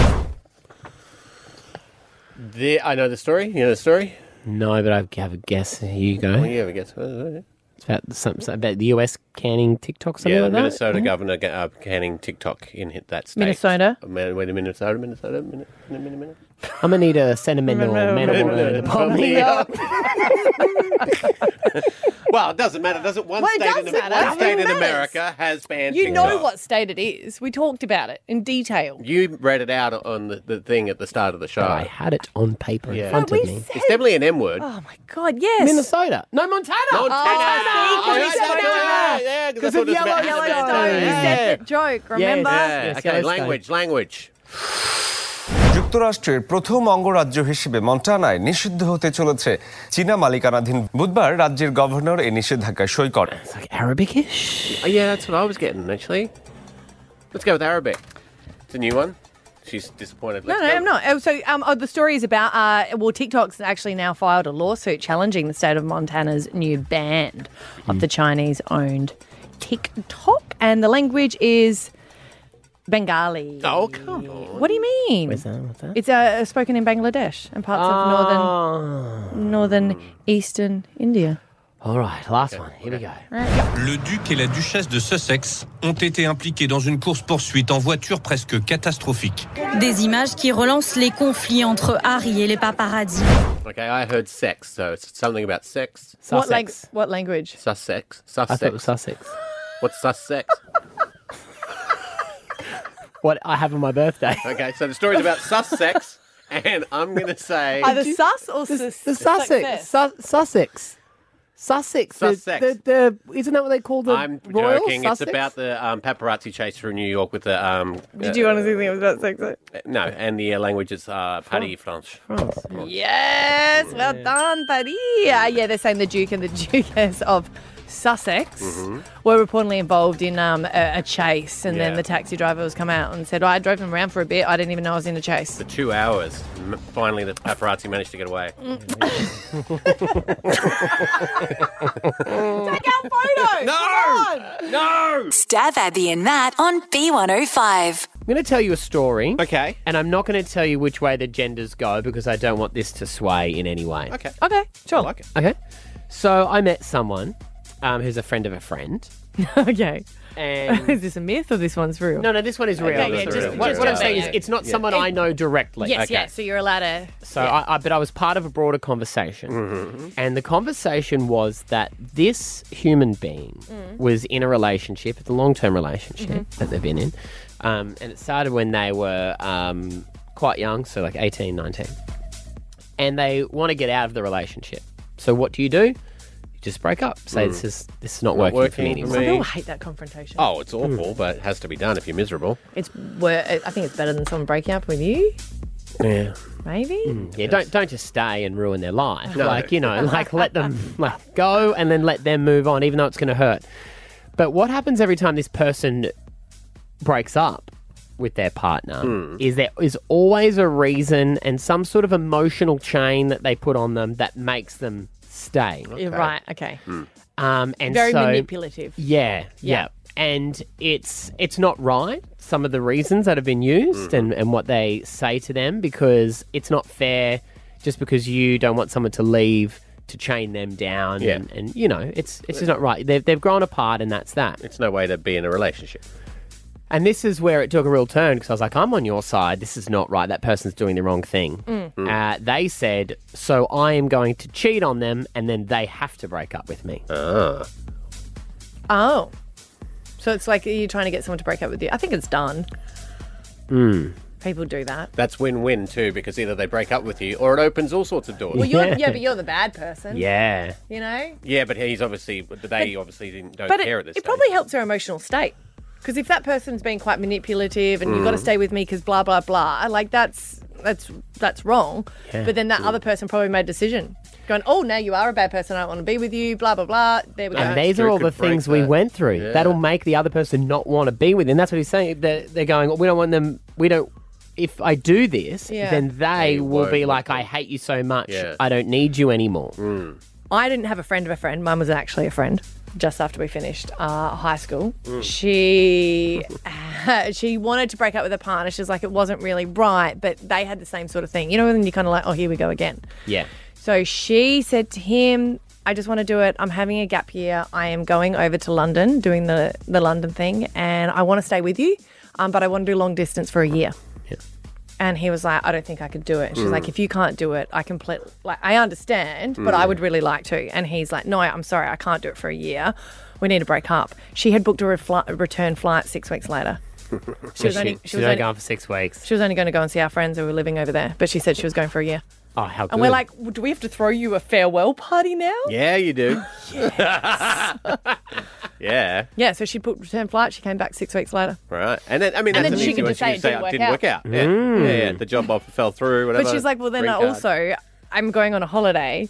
S2: The, I know the story. You know the story.
S1: No, but I have a guess. You go.
S2: Well, you have a guess. Uh,
S1: It's about the, some, some- about the US canning TikTok, something
S2: yeah, the
S1: like that.
S2: Minnesota
S1: Mhm.
S2: governor ga- uh, canning TikTok in hit that state.
S1: Minnesota?
S2: Uh, Min- Wait a minute, Minnesota, Minnesota, Minnesota, Minnesota.
S1: I'm gonna need a sentimental man of
S2: Minnesota.
S1: to pop me up.
S2: well, it doesn't matter. Doesn't one
S3: Well, it
S2: state,
S3: does
S2: in, Am-
S3: matter.
S2: one state
S3: It
S2: in
S3: matters.
S2: America has banned
S3: You
S2: TikTok?
S3: know what state it is. We talked about it in detail.
S2: You read it out on the, the thing at the start of the show. I
S1: had it on paper
S2: in
S1: front No, of we me.
S2: It's definitely an M word.
S3: Oh my God! Yes,
S1: Minnesota. No, Montana.
S2: Montana.
S3: Oh,
S2: Oh,
S3: see, 'cause
S2: yeah,
S3: we said
S2: yeah,
S3: Montana.
S2: yeah, yeah, 'cause I
S3: because
S2: thought it
S3: of
S2: was
S3: yellow,
S2: about
S3: yellow
S2: Minnesota.
S3: stone. You
S2: Yeah.
S3: said that joke. Remember?
S2: Yeah. okay, language, language.
S18: যুক্তরাষ্ট্রের প্রথম অঙ্গরাজ্য হিসেবে মন্টানায় নিষিদ্ধ হতে চলেছে চীনা মালিকানাধীন বুধবার রাজ্যের গভর্নর এই নিষেধাজ্ঞায় সই করেন
S2: Arabicish? Yeah, that's what I was getting actually. Let's go with Arabic. It's a new one. She's disappointed.
S3: No,
S2: Let's
S3: no,
S2: go.
S3: I'm not. Uh, So, um, oh, the story is about uh, well, TikTok's actually now filed a lawsuit challenging the state of Montana's new ban of the Chinese-owned TikTok, and the language is Bengali.
S2: Oh, come on!
S3: What do you mean?
S1: Where's that? What's that?
S3: It's uh, spoken in Bangladesh and parts
S2: Ah.
S3: of northern, northern, eastern India.
S1: All right, last one. Here we go.
S19: Le duc et la duchesse de Sussex ont été impliqués dans une course-poursuite en voiture presque catastrophique.
S20: Des images qui relancent les conflits entre Harry et les paparazzis.
S2: Okay, I heard sex, so it's something about sex.
S3: What, lang- what language?
S2: Sussex. Sussex.
S1: I thought it was Sussex.
S2: What's Sussex?
S1: What I have on my birthday.
S2: okay, so the story's about Sussex, and I'm gonna say
S3: Either sus or sus-
S1: The Sussex.
S3: success?
S1: Su- Sussex. Sussex. the-
S2: Sussex.
S1: The, the, isn't that what they call the
S2: I'm
S1: royal
S2: joking.
S1: Sussex?
S2: It's about the um, paparazzi chase through New York with the um.
S3: Did you honestly think it was about sex?
S2: uh, no, and the uh, language is uh, Paris French.
S1: France.
S3: Yes, well done, buddy. Yeah, yeah, they're saying the Duke and the Duchess of Sussex
S2: Mhm.
S3: were reportedly involved in um, a, a chase, and then
S2: Yeah.
S3: the taxi driver was come out and said, "I drove him around for a bit. I didn't even know I was in a chase."
S2: The two hours. M- Finally, the paparazzi managed to get away.
S3: Mm. photo.
S2: No! No!
S4: Stab Abby and Matt on B105.
S1: I'm going to tell you a story. Okay. And I'm not going to tell you which way the genders go because I don't want this to sway in any way.
S2: Okay.
S3: Okay. Sure.
S2: like it.
S1: Okay. So I met someone um, who's a friend of a friend.
S3: okay.
S1: And-
S3: is this a myth or this one's real?
S1: No, no, this one is real.
S3: Okay, yeah,
S1: This
S3: just,
S1: is real.
S3: just
S1: What, what I'm
S3: check
S1: saying
S3: that
S1: is,
S3: out.
S1: it's not
S3: Yeah.
S1: someone I know directly.
S3: Yes,
S1: Okay.
S3: yes. So you're allowed to.
S1: So, I, I, but I was part of a broader conversation, and the conversation was that this human being
S5: Mm.
S1: was in a relationship, it's a long-term relationship
S5: Mhm.
S1: that they've been in, um, and it started when they were um, quite young, so like 18, 19, and they want to get out of the relationship. So, what do you do? You just break up. Say
S2: Mm.
S1: this is this is not,
S2: Not
S1: working, for me
S2: working for
S1: anymore. Mm.
S2: me.
S3: People hate that confrontation.
S2: Oh, it's awful, but it has to be done if you're miserable.
S3: It's wor- I think it's better than someone breaking up with you,
S1: Yeah.
S3: maybe.
S1: Yeah, don't don't just stay and ruin their life.
S3: Mm, No.
S1: Like you know, like let them like go and then let them move on, even though it's going to hurt. But what happens every time this person breaks up with their partner
S5: Hmm.
S1: is there is always a reason and some sort of emotional chain that they put on them that makes them stay.
S3: You're right. Okay.
S1: Um, and
S3: Very
S1: so-
S3: manipulative.
S1: Yeah, yeah,
S3: Yeah.
S1: And it's it's not right. Some of the reasons that have been
S2: Mm-hmm.
S1: used and, and what they say to them because it's not fair. Just because you don't want someone to leave to chain them down,
S2: Yeah.
S1: and, and you know it's it's just not right. They've they've grown apart, and that's that.
S2: It's no way to be in a relationship.
S1: And this is where it took a real turn because I was like, I'm on your side. This is not right. That person's doing the wrong thing.
S5: Mm.
S1: Uh, they said, so I am going to cheat on them, and then they have to break up with me.
S3: Oh. So it's like you're trying to get someone to break up with you. I think it's done.
S2: Mm.
S3: People do that.
S2: That's win-win too, because either they break up with you or it opens all sorts of doors.
S3: Well, you're, yeah. but you're the bad person.
S2: Yeah.
S3: You know?
S2: Yeah, but he's obviously, but they obviously didn't, don't
S3: but it,
S2: care at this.
S3: it probably helps their emotional state. Because if that person's being quite manipulative and you've got to
S2: Mm.
S3: stay with me because blah, blah, blah, like that's that's that's wrong.
S1: Yeah.
S3: But then that other person probably made a decision going, oh, now you are a bad person. I don't want to be with you, blah, blah, blah. There we go.
S1: And these are all the things we went through.
S2: Yeah.
S1: That'll make the other person not want to be with you. And that's what he's saying. They're, they're going, we don't want them, we don't, if I do this,
S3: Yeah.
S1: then they
S3: They
S1: will be
S3: won't
S1: like, I hate you so much,
S3: Yeah.
S1: I don't need you anymore.
S3: I didn't have a friend of a friend. Mine was actually a friend just after we finished uh, high school.
S5: Mm.
S3: She she wanted to break up with her partner. She was like, it wasn't really right, but they had the same sort of thing. You know, and you're kind of like, oh, here we go again.
S1: Yeah.
S3: So she said to him, I just want to do it. I'm having a gap year. I am going over to London, doing the, the London thing, and I want to stay with you, um, but I want to do long distance for a year. And he was like, I don't think I could do it. She's
S5: Mm.
S3: like, if you can't do it, I completely, like, I understand, but I
S5: Mm.
S3: would really like to. And he's like, no, I'm sorry, I can't do it for a year. We need to break up. She had booked a refli- return flight six weeks later.
S1: So
S3: was only- she
S1: she's
S3: was
S1: only
S3: only-
S1: gone for six weeks.
S3: She was only going to go and see our friends who were living over there, but she said she was going for a year.
S1: Oh, how good.
S3: And we're like, "Well, do we have to throw you a farewell party now?
S2: Yeah, you do. yeah.
S3: Yeah, so she booked return flight. She came back six weeks later.
S2: Right. And then, I mean,
S3: And
S2: that's an
S3: then she
S2: easy
S3: can
S2: one.
S3: just say it didn't
S2: "Oh,
S3: work
S2: didn't work out.
S3: out."
S2: Yeah.
S3: Mm.
S2: yeah, yeah. The job offer fell through, whatever.
S3: but she's like, well, then
S2: Green
S3: I
S2: card.
S3: also, I'm going on a holiday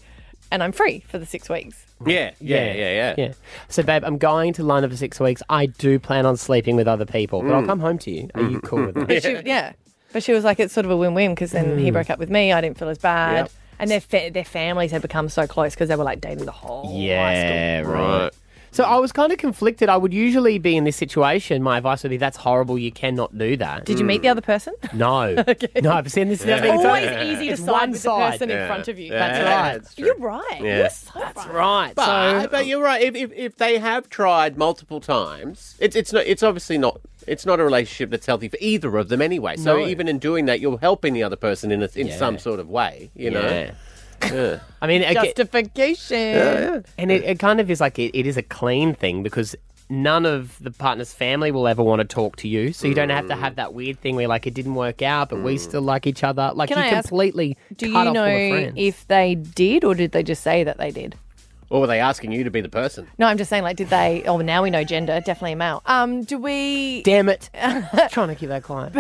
S3: and I'm free for the six weeks.
S2: Yeah, yeah, yeah, yeah.
S1: yeah. So, babe, I'm going to London for six weeks. I do plan on sleeping with other people, but I'll
S3: Mm.
S1: come home to you. Are you cool with
S3: But she,
S1: that?
S3: yeah. But she was like, it's sort of a win win because then he
S1: Mm.
S3: broke up with me. I didn't feel as bad.
S1: Yep.
S3: And their, fa- their families had become so close because they were like dating the whole.
S1: Yeah, right. So I was kind of conflicted. I would usually be in this situation. My advice would be, "That's horrible. You cannot do that."
S3: Did you meet the other person?
S1: No, no. I've seen this.
S3: It's
S1: I've been-
S3: always easy to
S1: It's
S3: side
S1: one
S3: with
S1: side.
S3: the person
S1: Yeah.
S3: in front of you.
S1: That's right.
S3: You're right.
S2: Yeah.
S3: You're so
S1: That's right.
S2: But,
S1: so,
S2: but you're right. If, if, if they have tried multiple times, it's it's not it's obviously not it's not a relationship that's healthy for either of them anyway. So
S1: No.
S2: even in doing that, you're helping the other person in a, in
S1: Yeah.
S2: some sort of way. You know. Yeah.
S1: I mean, again-
S3: justification.
S1: And it, it kind of is like it, it is a clean thing because none of the partner's family will ever want to talk to you. So you don't have to have that weird thing where like it didn't work out, but we still like each other. Like
S3: Can
S1: you
S3: I ask,
S1: completely cut
S3: Do you
S1: off all the
S3: know
S1: friends.
S3: if they did or did they just say that they did?
S2: Or were they asking you to be the person?
S3: No, I'm just saying, like, did they? Oh, now we know gender, definitely a male. Um, do we?
S1: Damn it! trying to keep that client.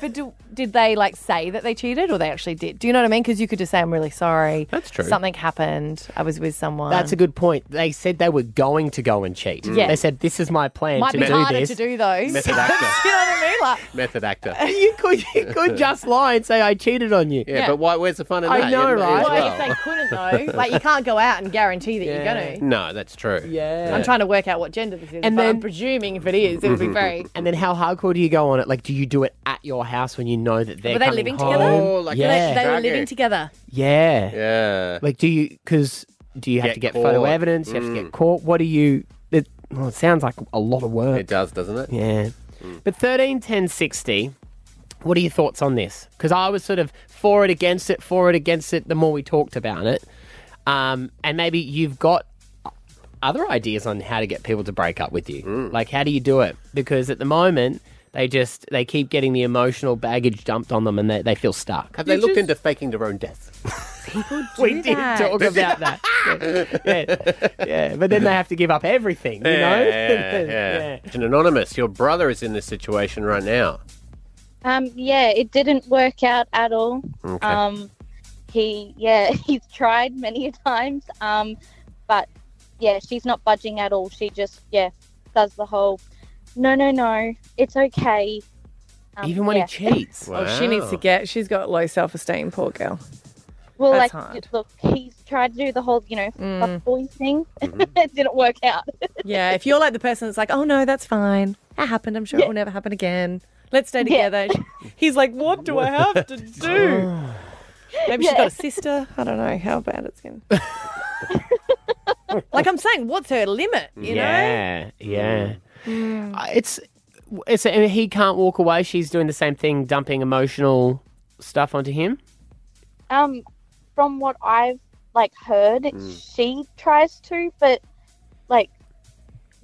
S3: but do, did they like say that they cheated or they actually did? Do you know what I mean? Because you could just say, "I'm really sorry. That's
S1: true.
S3: Something happened. I was with someone."
S1: That's a good point. They said they were going to go and cheat.
S3: Mm. Yeah.
S1: They said this is my plan
S3: Might
S1: to
S3: be
S1: do
S3: harder
S1: this.
S3: to do those.
S1: Method actor.
S3: you know what I mean? Like,
S2: Method actor.
S1: you could you could just lie and say I cheated on you.
S2: Yeah, but why? Where's the fun in
S1: I
S2: that?
S1: know,
S2: You-
S1: right?
S2: as well.
S1: Well,
S3: they couldn't though. Like, you can't go out and guarantee that you're going to.
S2: No, that's true.
S1: Yeah.
S3: I'm trying to work out what gender this is,
S1: And
S3: but
S1: then-
S3: I'm presuming if it is, it would
S2: Mm-hmm.
S3: be very.
S1: And then how hardcore do you go on it? Like, do you do it at your house when you know that they're
S3: were they
S1: coming
S3: living
S1: home?
S3: together?
S2: Oh,
S1: yeah.
S3: They, they were living together.
S1: Yeah.
S2: Yeah.
S1: Like, do you, because do you have
S2: Get
S1: to get
S2: caught. Mm.
S1: photo evidence? You have to get caught. What do you, it, well, it sounds like a lot of work.
S2: It does, doesn't it? Mm.
S1: Yeah. But 13, 10, 60, what are your thoughts on this? Because I was sort of for it, against it, for it, against it, the more we talked about it. Um, and maybe you've got other ideas on how to get people to break up with you.
S2: Mm.
S1: Like, how do you do it? Because at the moment, they just they keep getting the emotional baggage dumped on them and they, they feel stuck.
S2: Have they looked into faking their own death?
S1: we did
S2: that.
S1: talk about that. yeah. Yeah. Yeah. but then they have to give up everything, you know?
S2: Yeah, yeah.
S1: Yeah.
S2: It's an anonymous. Your brother is in this situation right now.
S21: Um, yeah, it didn't work out at all.
S2: Okay.
S21: Um, he, yeah, he's tried many a times, um, but yeah, she's not budging at all. She just, yeah, does the whole, no, no, no, it's okay. Um, yeah.
S3: Oh, she needs to get. She's got low self-esteem. Poor girl.
S21: Well,
S3: That's
S21: like,
S3: hard.
S21: look, he's tried to do the whole, you know,
S3: Mm.
S21: fuck boy thing. it didn't work out.
S3: Yeah, if you're like the person that's like, oh no, that's fine. That happened. I'm sure it will never happen again. Let's stay together. He's like, what do I have to do? Maybe she's
S21: Yeah.
S3: got a sister. I don't know how bad it's going to Like I'm saying, what's her limit? You
S1: yeah, yeah.
S3: know?
S1: Uh, It's it's and he can't walk away. She's doing the same thing, dumping emotional stuff onto him.
S21: Um, from what I've like heard,
S1: Mm.
S21: she tries to, but like,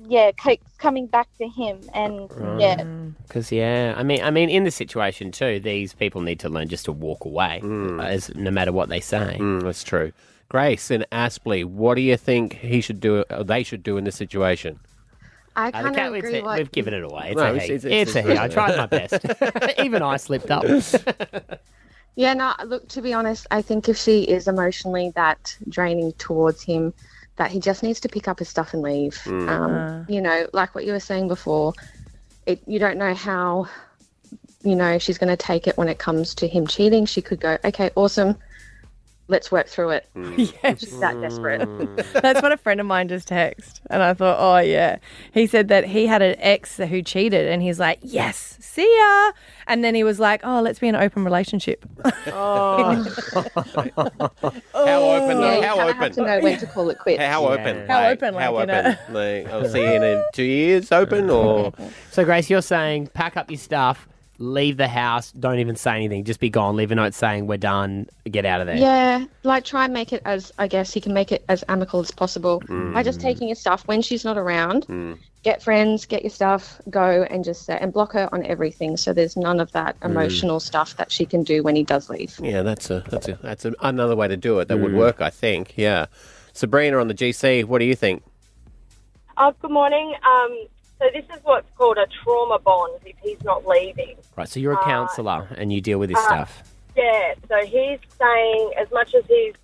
S21: yeah, keeps coming back to him, and yeah,
S1: Because Mm. yeah, I mean, I mean, in this situation too, these people need to learn just to walk away,
S2: Mm.
S1: uh, as no matter what they say.
S2: Hmm, that's true. Grace in Aspley, what do you think he should do? Or they should do in this situation?
S13: I
S1: Uh, the
S13: kind
S1: cat-
S13: of
S1: it's
S13: agree
S1: a-
S13: what
S1: We've given it away. It's
S2: No,
S1: a
S2: it's-
S1: he. It's,
S2: it's- it's-
S1: a he. I tried my best. Even I slipped up.
S13: Yeah, no, look, to be honest, I think if she is emotionally that draining towards him, that he just needs to pick up his stuff and leave.
S22: Mm.
S13: Um, you know, like what you were saying before, it, you don't know how, you know, she's going to take it when it comes to him cheating. She could go, okay, awesome, let's work through it.
S2: Hmm.
S3: Yes.
S13: She's that desperate.
S3: That's what a friend of mine just texted. And I thought, oh, yeah. He said that he had an ex who cheated, and he's like, yes, see ya. And then he was like, oh, let's be in an open relationship.
S2: Oh. how open?
S13: Yeah,
S2: though?
S13: you
S2: how
S13: kinda
S2: open?
S13: have to know when to call it quits.
S2: How open?
S3: How
S2: like,
S3: open, like,
S2: How
S3: you know.
S2: open? Like, I'll see you in uh, two years. Open or
S1: so, Grace, you're saying pack up your stuff, leave the house, don't even say anything, just be gone, leave a note saying we're done, get out of there.
S13: Yeah, like try and make it as I guess he can make it as amicable as possible by just
S1: Mm.
S13: taking your stuff when she's not around.
S1: Hmm.
S13: Get friends, get your stuff, go and just say and block her on everything. So there's none of that
S2: Mm.
S13: emotional stuff that she can do when he does leave.
S2: Yeah, that's a that's a that's a, another way to do it. That
S1: Mm-hmm.
S2: would work, I think. Yeah, Sabrina on the GC. What do you think?
S7: Oh, good morning. Um, so this is what's called a trauma bond if he's not leaving.
S1: Right, so you're a
S7: Uh,
S1: counsellor and you deal with this
S7: uh,
S1: stuff.
S7: Yeah, so he's saying, as much as he's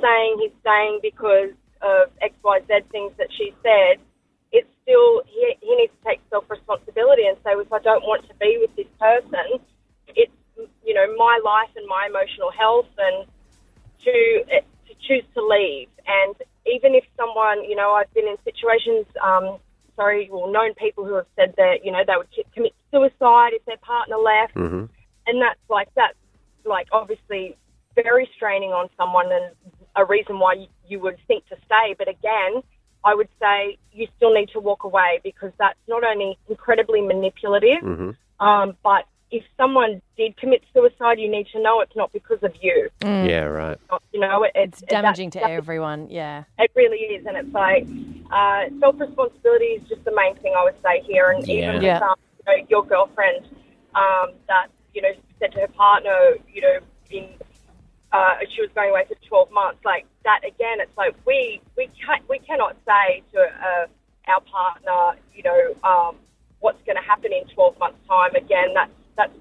S7: saying he's staying because of XYZ things that she said, it's still, he, he needs to take self responsibility and say, if I don't want to be with this person, it's, you know, my life and my emotional health and to, eh, to choose to leave. And even if someone, you know, I've been in situations, um, sorry, well, known people who have said that, you know, they would ki- commit suicide if their partner left
S5: Mm-hmm.
S7: and that's like that's like obviously very straining on someone and a reason why you, you would think to stay but again i would say you still need to walk away because that's not only incredibly manipulative um, but if someone did commit suicide you need to know it's not because of you
S3: Mm.
S2: Yeah, right.
S7: you know it, it's
S3: damaging to
S7: everyone.
S3: everyone. Yeah.
S7: It really is, and it's like uh, self responsibility is just the main thing I would say here. And
S3: Yeah.
S7: even
S3: Yeah.
S7: with um, you know, your girlfriend um, that you know said to her partner, you know, in uh, she was going away for twelve months, like that again. It's like we we can we cannot say to uh, our partner, you know, um, what's going to happen in twelve months' time. Again, that's that's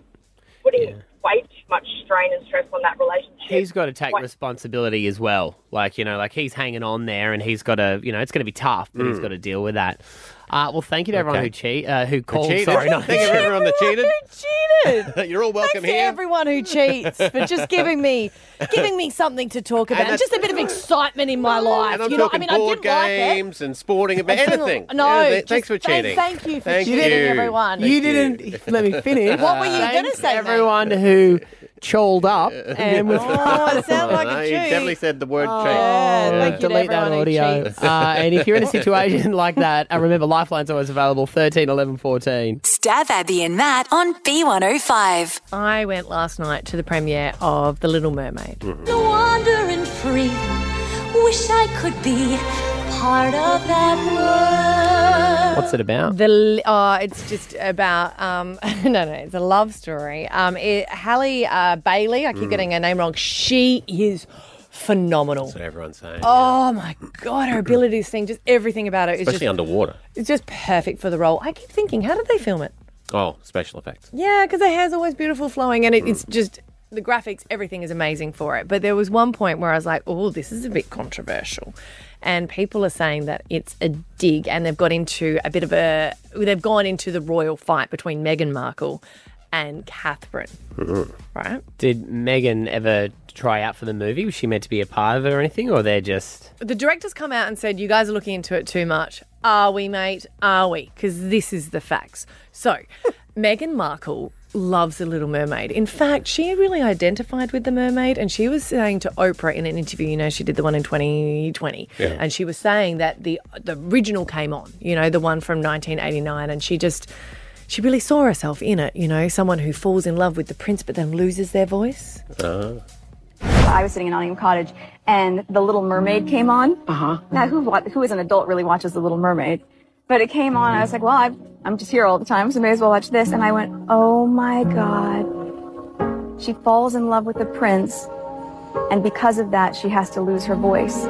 S7: putting way too much strain and stress on that relationship.
S1: He's got to take responsibility as well. Like, you know, like he's hanging on there and he's got to, you know, it's going to be tough, but he's
S2: Mm.
S1: got to deal with that. Uh, well, thank you to everyone
S2: Okay.
S1: who cheat, uh, who called.
S2: cheated.
S1: Sorry, not
S2: Thank you to everyone that cheated.
S3: Cheated.
S2: You're all welcome
S3: Thanks to
S2: here.
S3: everyone who cheats for just giving me giving me something to talk
S2: And
S3: about,
S2: that's-
S3: just a bit of excitement in my life.
S2: And I'm
S3: you know, I
S2: talking
S3: mean, I
S2: board
S3: didn't like it.
S2: games and sporting about
S3: I didn't-
S2: anything.
S3: no,
S2: Yeah, th-
S3: just
S2: thanks for
S3: thank-
S2: cheating.
S3: thank you for cheating, everyone. You
S1: didn't let me finish.
S3: What were you going to
S1: Thanks
S3: say?
S1: Everyone who chawled up and was
S3: Oh, it sounded like a Oh,
S2: No, you definitely said the word cheat.
S1: Like, Uh, delete that audio. Uh, and if you're in a situation like that, uh, remember Lifeline's always available 13, 11, 14.
S4: Stab Abby and Matt on B105.
S3: I went last night to the premiere of The Little Mermaid.
S2: Mm-hmm.
S22: The wandering free. Wish I could be part of that world.
S1: What's it about?
S3: The l- oh, it's just about um, no, no, it's a love story. Um, it, Halle uh, Bailey, I keep
S2: Mm.
S3: getting her name wrong. She is phenomenal.
S2: That's what everyone's saying.
S3: Oh my god, her abilities thing, just everything about her is
S2: Especially
S3: just
S2: underwater.
S3: it's just perfect for the role. I keep thinking, how did they film it?
S2: Oh, special effects.
S3: Yeah, because her hair's always beautiful, flowing, and it, it's just the graphics, everything is amazing for it. But there was one point where I was like, oh, this is a bit controversial. And people are saying that it's a dig, and they've got into a bit of a, they've gone into the royal fight between Meghan Markle and Catherine. Right.
S1: Did Megan ever try out for the movie? Was she meant to be a part of it or anything? Or they're just.
S3: The director's come out and said, You guys are looking into it too much. Are we, mate? Are we? Because this is the facts. So, Meghan Markle loves The Little Mermaid. In fact, she really identified with The Mermaid, and she was saying to Oprah in an interview, you know, she did the one in 2020,
S23: Yeah.
S3: and she was saying that the, the original came on, you know, the one from 1989, and she just. She really saw herself in it, you know, someone who falls in love with the prince but then loses their voice.
S2: Uh,
S24: I was sitting in Nottingham Cottage, and The Little Mermaid came on. Uh-huh. Now, who wa- who is an adult really watches The Little Mermaid? But it came on, and I was like, well, I've, I'm just here all the time, so may as well watch this. And I went, oh my god, she falls in love with the prince, and because of that, she has to lose her voice.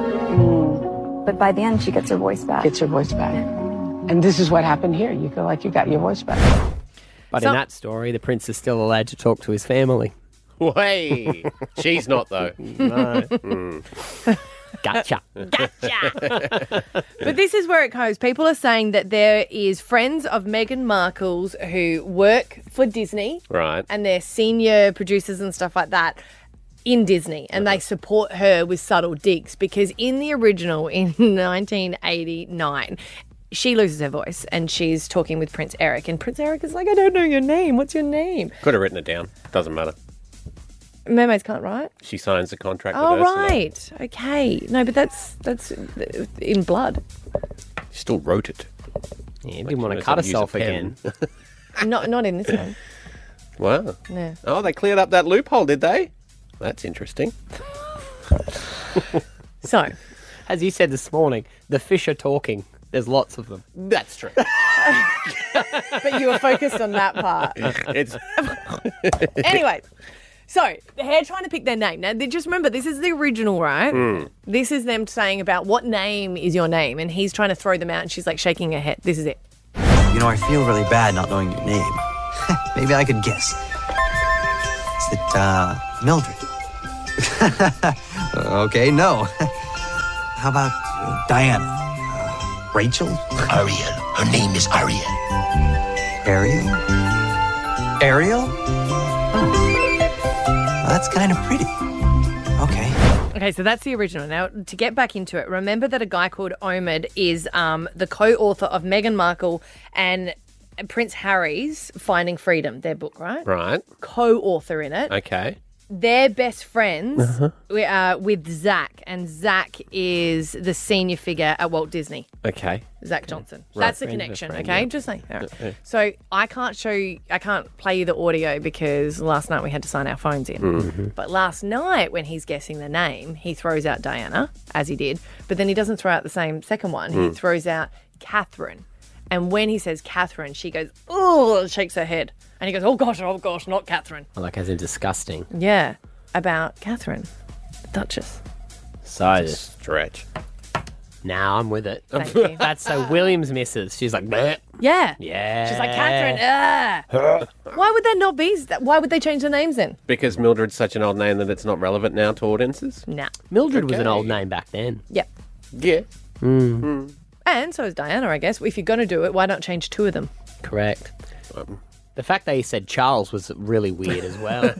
S24: But by the end, she gets her voice back.
S25: Mm. Gets her voice back. And this is what happened here. You feel like you got your voice back.
S1: But in that story, the prince is still allowed to talk to his family.
S2: Way. She's not, though.
S1: No.
S2: Mm.
S1: Gotcha.
S2: Gotcha.
S3: But this is where it goes. People are saying that there is friends of Meghan Markle's who work for Disney
S2: Right.
S3: and they're senior producers and stuff like that in Disney and they support her with subtle digs because in the original in 1989 she loses her voice and she's talking with Prince Eric and Prince Eric is like I don't know your name what's your name
S2: Could have written it down. Doesn't matter.
S3: mermaids can't write
S2: She signs the contract
S3: Oh
S2: with Ursula.
S3: right okay no but that's that's in blood
S2: She still wrote it.
S1: Yeah, didn't want to cut herself again.
S3: not not in this one
S2: Wow.
S3: Yeah.
S2: Oh, they cleared up that loophole, did they? That's interesting.
S3: so,
S1: as you said this morning, the fish are talking. There's lots of them.
S2: That's true.
S3: but you were focused on that part.
S2: it's
S3: anyway, so they're trying to pick their name. Now, they- just remember, this is the original, right?
S5: Mm.
S3: This is them saying about what name is your name, and he's trying to throw them out, and she's like shaking her head. This is it.
S9: You know, I feel really bad not knowing your name. Maybe I could guess. Is it, uh, Mildred? okay, no. How about uh, Diana? Uh, Rachel? Ariel. Her name is Ariel. Ariel? Ariel? Oh. Well, that's kind of pretty. Okay.
S3: Okay, so that's the original. Now, to get back into it, remember that a guy called Omid is um, the co author of Meghan Markle and Prince Harry's Finding Freedom, their book, right?
S2: right.
S3: Co author in it.
S2: Okay.
S3: They're best friends
S2: Uh-huh.
S3: wi- uh, with Zach, and Zach is the senior figure at Walt Disney.
S2: Okay.
S3: Zach Johnson.
S2: Right.
S3: That's the
S2: Friend,
S3: connection,
S2: friend,
S3: okay?
S2: yeah.
S3: Just saying. All right.
S2: Yeah.
S3: So I can't show you, I can't play you the audio because last night we had to sign our phones in.
S2: Mm. hmm.
S5: Mhm.
S3: But last night, when he's guessing the name, he throws out Diana, as he did, but then he doesn't throw out the same second one. He
S5: Mm.
S3: throws out Catherine. And when he says Catherine, she goes, oh, and shakes her head. And he goes, oh gosh, oh gosh, not Catherine.
S1: Like, as in disgusting.
S3: Yeah, about Catherine, the Duchess.
S1: So
S2: stretch.
S1: Now I'm with it.
S3: Thank you.
S1: That's so Williams misses. She's like, Bleh.
S3: Yeah.
S1: yeah.
S3: She's like, Catherine, ah. Why would that not be? Why would they change the names then?
S2: Because Mildred's such an old name that it's not relevant now to audiences.
S3: Nah.
S1: Mildred was an old name back then.
S3: Yep.
S2: Yeah. Hmm.
S3: Hmm. And so is Diana, I guess. If you're going to do it, why not change two of them?
S1: Correct.
S2: Um.
S1: the fact that he said Charles was really weird as well.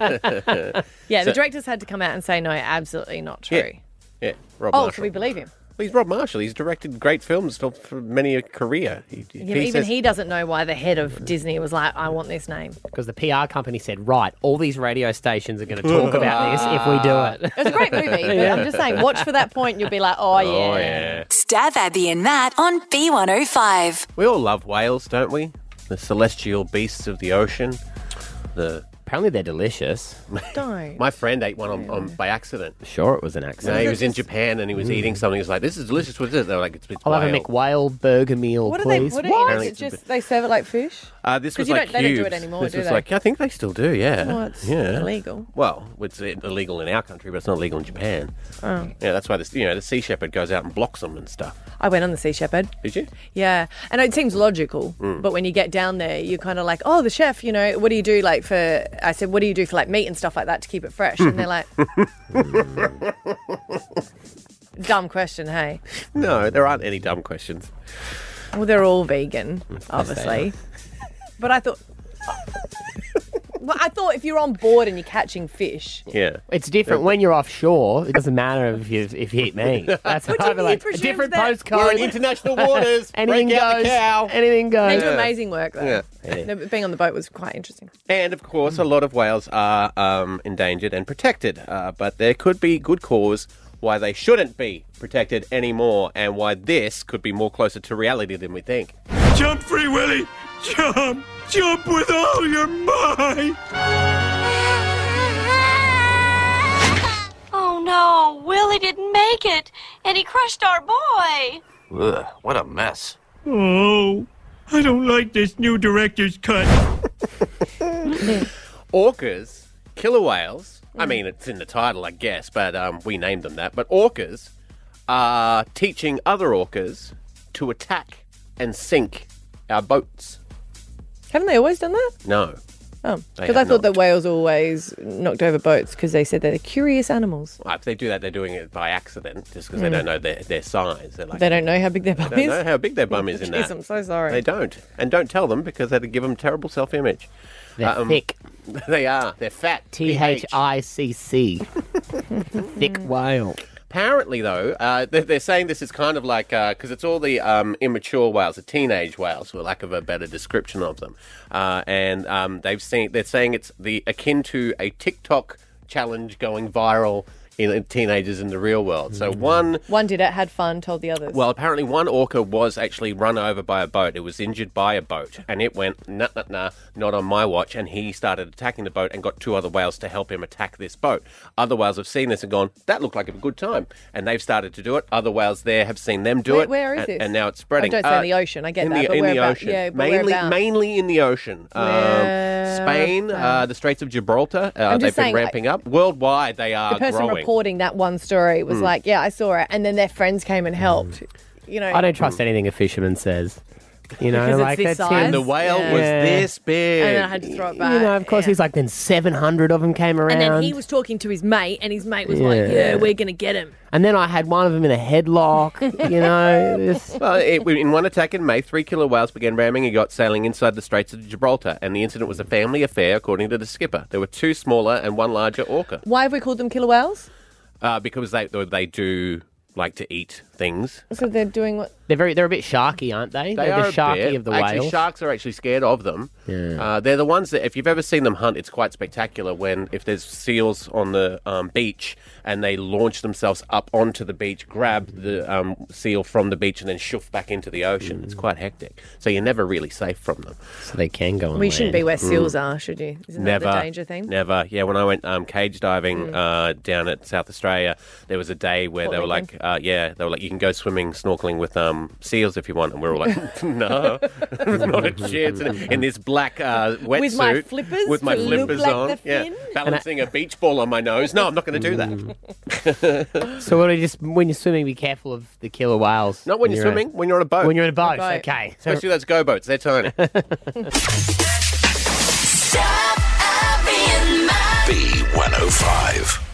S3: Yeah, the directors had to come out and say, no, absolutely not true.
S2: Yeah, Rob
S3: oh,
S2: Marshall.
S3: can we believe him?
S2: Well, he's Rob Marshall. He's directed great films for, for many a career. He, he
S3: Yeah, but even
S2: says-
S3: he doesn't know why the head of Disney was like, I want this name.
S1: Because the PR company said, right, all these radio stations are going to talk about this if we do it.
S3: It was a great movie, but I'm just saying, watch for that point, you'll be like, oh, yeah.
S4: Stab Abby and Matt on B105.
S2: We all love whales, don't we? The celestial beasts of the ocean. The
S1: apparently they're delicious.
S3: Don't.
S2: My friend ate one on, on by accident.
S1: Sure, it was an
S2: No,
S1: accident. Mm.
S2: he was in Japan and he was eating something. He was like, "This is delicious." What's it? They're like, "It's with
S1: I'll
S2: whale."
S1: have a McWhale burger meal,
S3: What do they
S1: please.
S3: put it
S2: What?
S3: in? Is
S2: Apparently
S3: it
S2: it's a
S3: just they serve it like fish?
S2: Uh, this
S3: 'Cause
S2: was
S3: you
S2: like
S3: don't- they don't do
S2: cubes.
S3: it anymore,
S2: This
S3: do
S2: was
S3: they?
S2: like I think they still do. Yeah,
S3: Well, it's
S2: yeah,
S3: illegal.
S2: Well, it's i- illegal in our country, but it's not illegal in Japan.
S3: Oh.
S2: Yeah, that's why this you know the sea shepherd goes out and blocks them and stuff.
S3: I went on the Sea Shepherd.
S2: Did you?
S3: Yeah. And it seems logical,
S2: Mm.
S3: but when you get down there, you're kind of like, oh, the chef, you know, what do you do like for, I said, what do you do for like meat and stuff like that to keep it fresh? And they're like, dumb question, hey.
S2: No, there aren't any dumb questions.
S3: Well, they're all vegan,
S2: course they
S3: obviously. But I thought, well, I thought if you're on board and you're catching fish,
S2: Yeah.
S1: It's different when you're offshore. It doesn't matter if you if you hit me.
S2: Hmm.
S1: That's
S3: Which
S1: what I'd be like. A
S3: presumes
S1: different
S3: that-
S1: postcode.
S3: We're in international waters.
S1: anything
S3: Break out the
S1: goes.
S3: cow.
S1: Anything goes.
S3: they do amazing work though.
S2: Yeah.
S3: No, but Being on the boat was quite interesting.
S2: And of course, a lot of whales are um, endangered and protected, uh, but there could be good cause why they shouldn't be protected anymore, and why this could be more closer to reality than we think.
S5: Jump, Free Willy! Jump! Jump with all your might!
S10: Oh no, Willie didn't make it, and he crushed our boy.
S12: Ugh, what a mess.
S5: Oh, I don't like this new director's cut.
S2: Orcas, killer whales. I
S3: Mm.
S2: mean, it's in the title, I guess, but um, we named them that. But orcas are teaching other orcas to attack and sink our boats.
S3: Haven't they always done that?
S2: No.
S3: Oh,
S2: They
S3: because I
S2: have
S3: thought that whales always knocked over boats because they said they're curious animals.
S2: Well, Uh, if they do that, they're doing it by accident, just because they
S3: Mm.
S2: don't know their, their size. They're like,
S3: they don't know how big their bum
S2: They
S3: is.
S2: don't know how big their bum is in
S3: Jeez,
S2: that.
S3: I'm so sorry.
S2: They don't, and don't tell them because that'd give them terrible self-image. Um,
S1: They're thick.
S2: They are. They're fat.
S1: T H I C C. Thick whale.
S2: Apparently, though, uh, they're, they're saying this is kind of like because it's all the um, immature whales, the teenage whales, for lack of a better description of them, uh, and um, they've seen they're saying it's the akin to a TikTok challenge going viral in teenagers in the real world.
S1: Mm.
S2: So one
S3: One did it, had fun, told the others.
S2: Well, apparently one orca was actually run over by a boat. It was injured by a boat, and it went nah, nah, nah, not on my watch. And he started attacking the boat, and got two other whales to help him attack this boat. Other whales have seen this and gone, that looked like a good time, and they've started to do it. Other whales there have seen them do
S3: Where-
S2: it.
S3: where is
S2: and,
S3: this?
S2: And now it's spreading. Uh,
S3: I don't say in the ocean, I get
S2: in
S3: that,
S2: The,
S3: but
S2: in the
S3: whereabout-
S2: ocean,
S3: yeah, but
S2: mainly,
S3: whereabout?
S2: mainly in the ocean. Um, Spain, uh, the Straits of Gibraltar, uh,
S3: I'm
S2: they've
S3: just
S2: been
S3: saying, like,
S2: ramping up. Worldwide, they are
S1: uh,
S3: the person
S2: growing.
S3: reporting that one story was
S1: Hmm.
S2: Mm.
S3: like, "Yeah, I saw it," and then their friends came and helped. You know,
S1: I don't trust anything a fisherman says. You know,
S3: Because it's
S1: like
S3: this
S1: that's
S3: size?
S1: him.
S3: And the whale
S2: was this big.
S3: And then I had to throw it back.
S1: You know, of course, he's like, then 700 of them came around.
S3: and then he was talking to his mate, and his mate was like,
S1: Yeah.
S3: "Yeah, we're gonna get him."
S1: And then I had one of them in a headlock, you know. This...
S2: well, it, in one attack in May, three killer whales began ramming and got sailing inside the Straits of Gibraltar, and the incident was a family affair, according to the skipper. There were two smaller and one larger orca
S3: Why have we called them killer whales?
S2: uh, because they they do like to eat things.
S3: So they're doing what?
S1: They're very, they're a bit sharky, aren't they?
S2: They
S1: are
S2: are
S1: the
S2: a
S1: sharky
S2: bit.
S1: of the
S2: Actually,
S1: whales.
S2: sharks are actually scared of them. Uh, they're the ones that, if you've ever seen them hunt, it's quite spectacular. When if there's seals on the um, beach and they launch themselves up onto the beach, grab the um, seal from the beach, and then shoof back into the ocean. It's quite hectic. So you're never really safe from them.
S1: Mm. So they can go.
S3: We shouldn't be where seals
S2: Mm.
S3: are, should you? Isn't
S2: never
S3: that the danger thing?
S2: Never. Yeah, when I went um, cage diving
S3: Mm.
S2: uh, down at South Australia, there was a day where
S3: Fort
S2: they were like,
S3: Lincoln.
S2: uh, yeah, they were like, you can go swimming, snorkeling with um, seals if you want, and we are all like, no, not a chance. In, in this black uh, wetsuit
S3: With my flippers
S2: with my
S3: to look
S2: flippers
S3: like
S2: on,
S3: the
S2: yeah,
S3: fin?
S2: balancing a beach ball on my nose. No, I'm not going to do that.
S1: So what do you just when you're swimming, be careful of Mm. the killer whales.
S2: Not when you're swimming, when you're on a boat.
S1: When you're on a boat, okay. So-
S2: Especially those go boats, they're tiny.
S4: Abby and Matt.
S5: B105.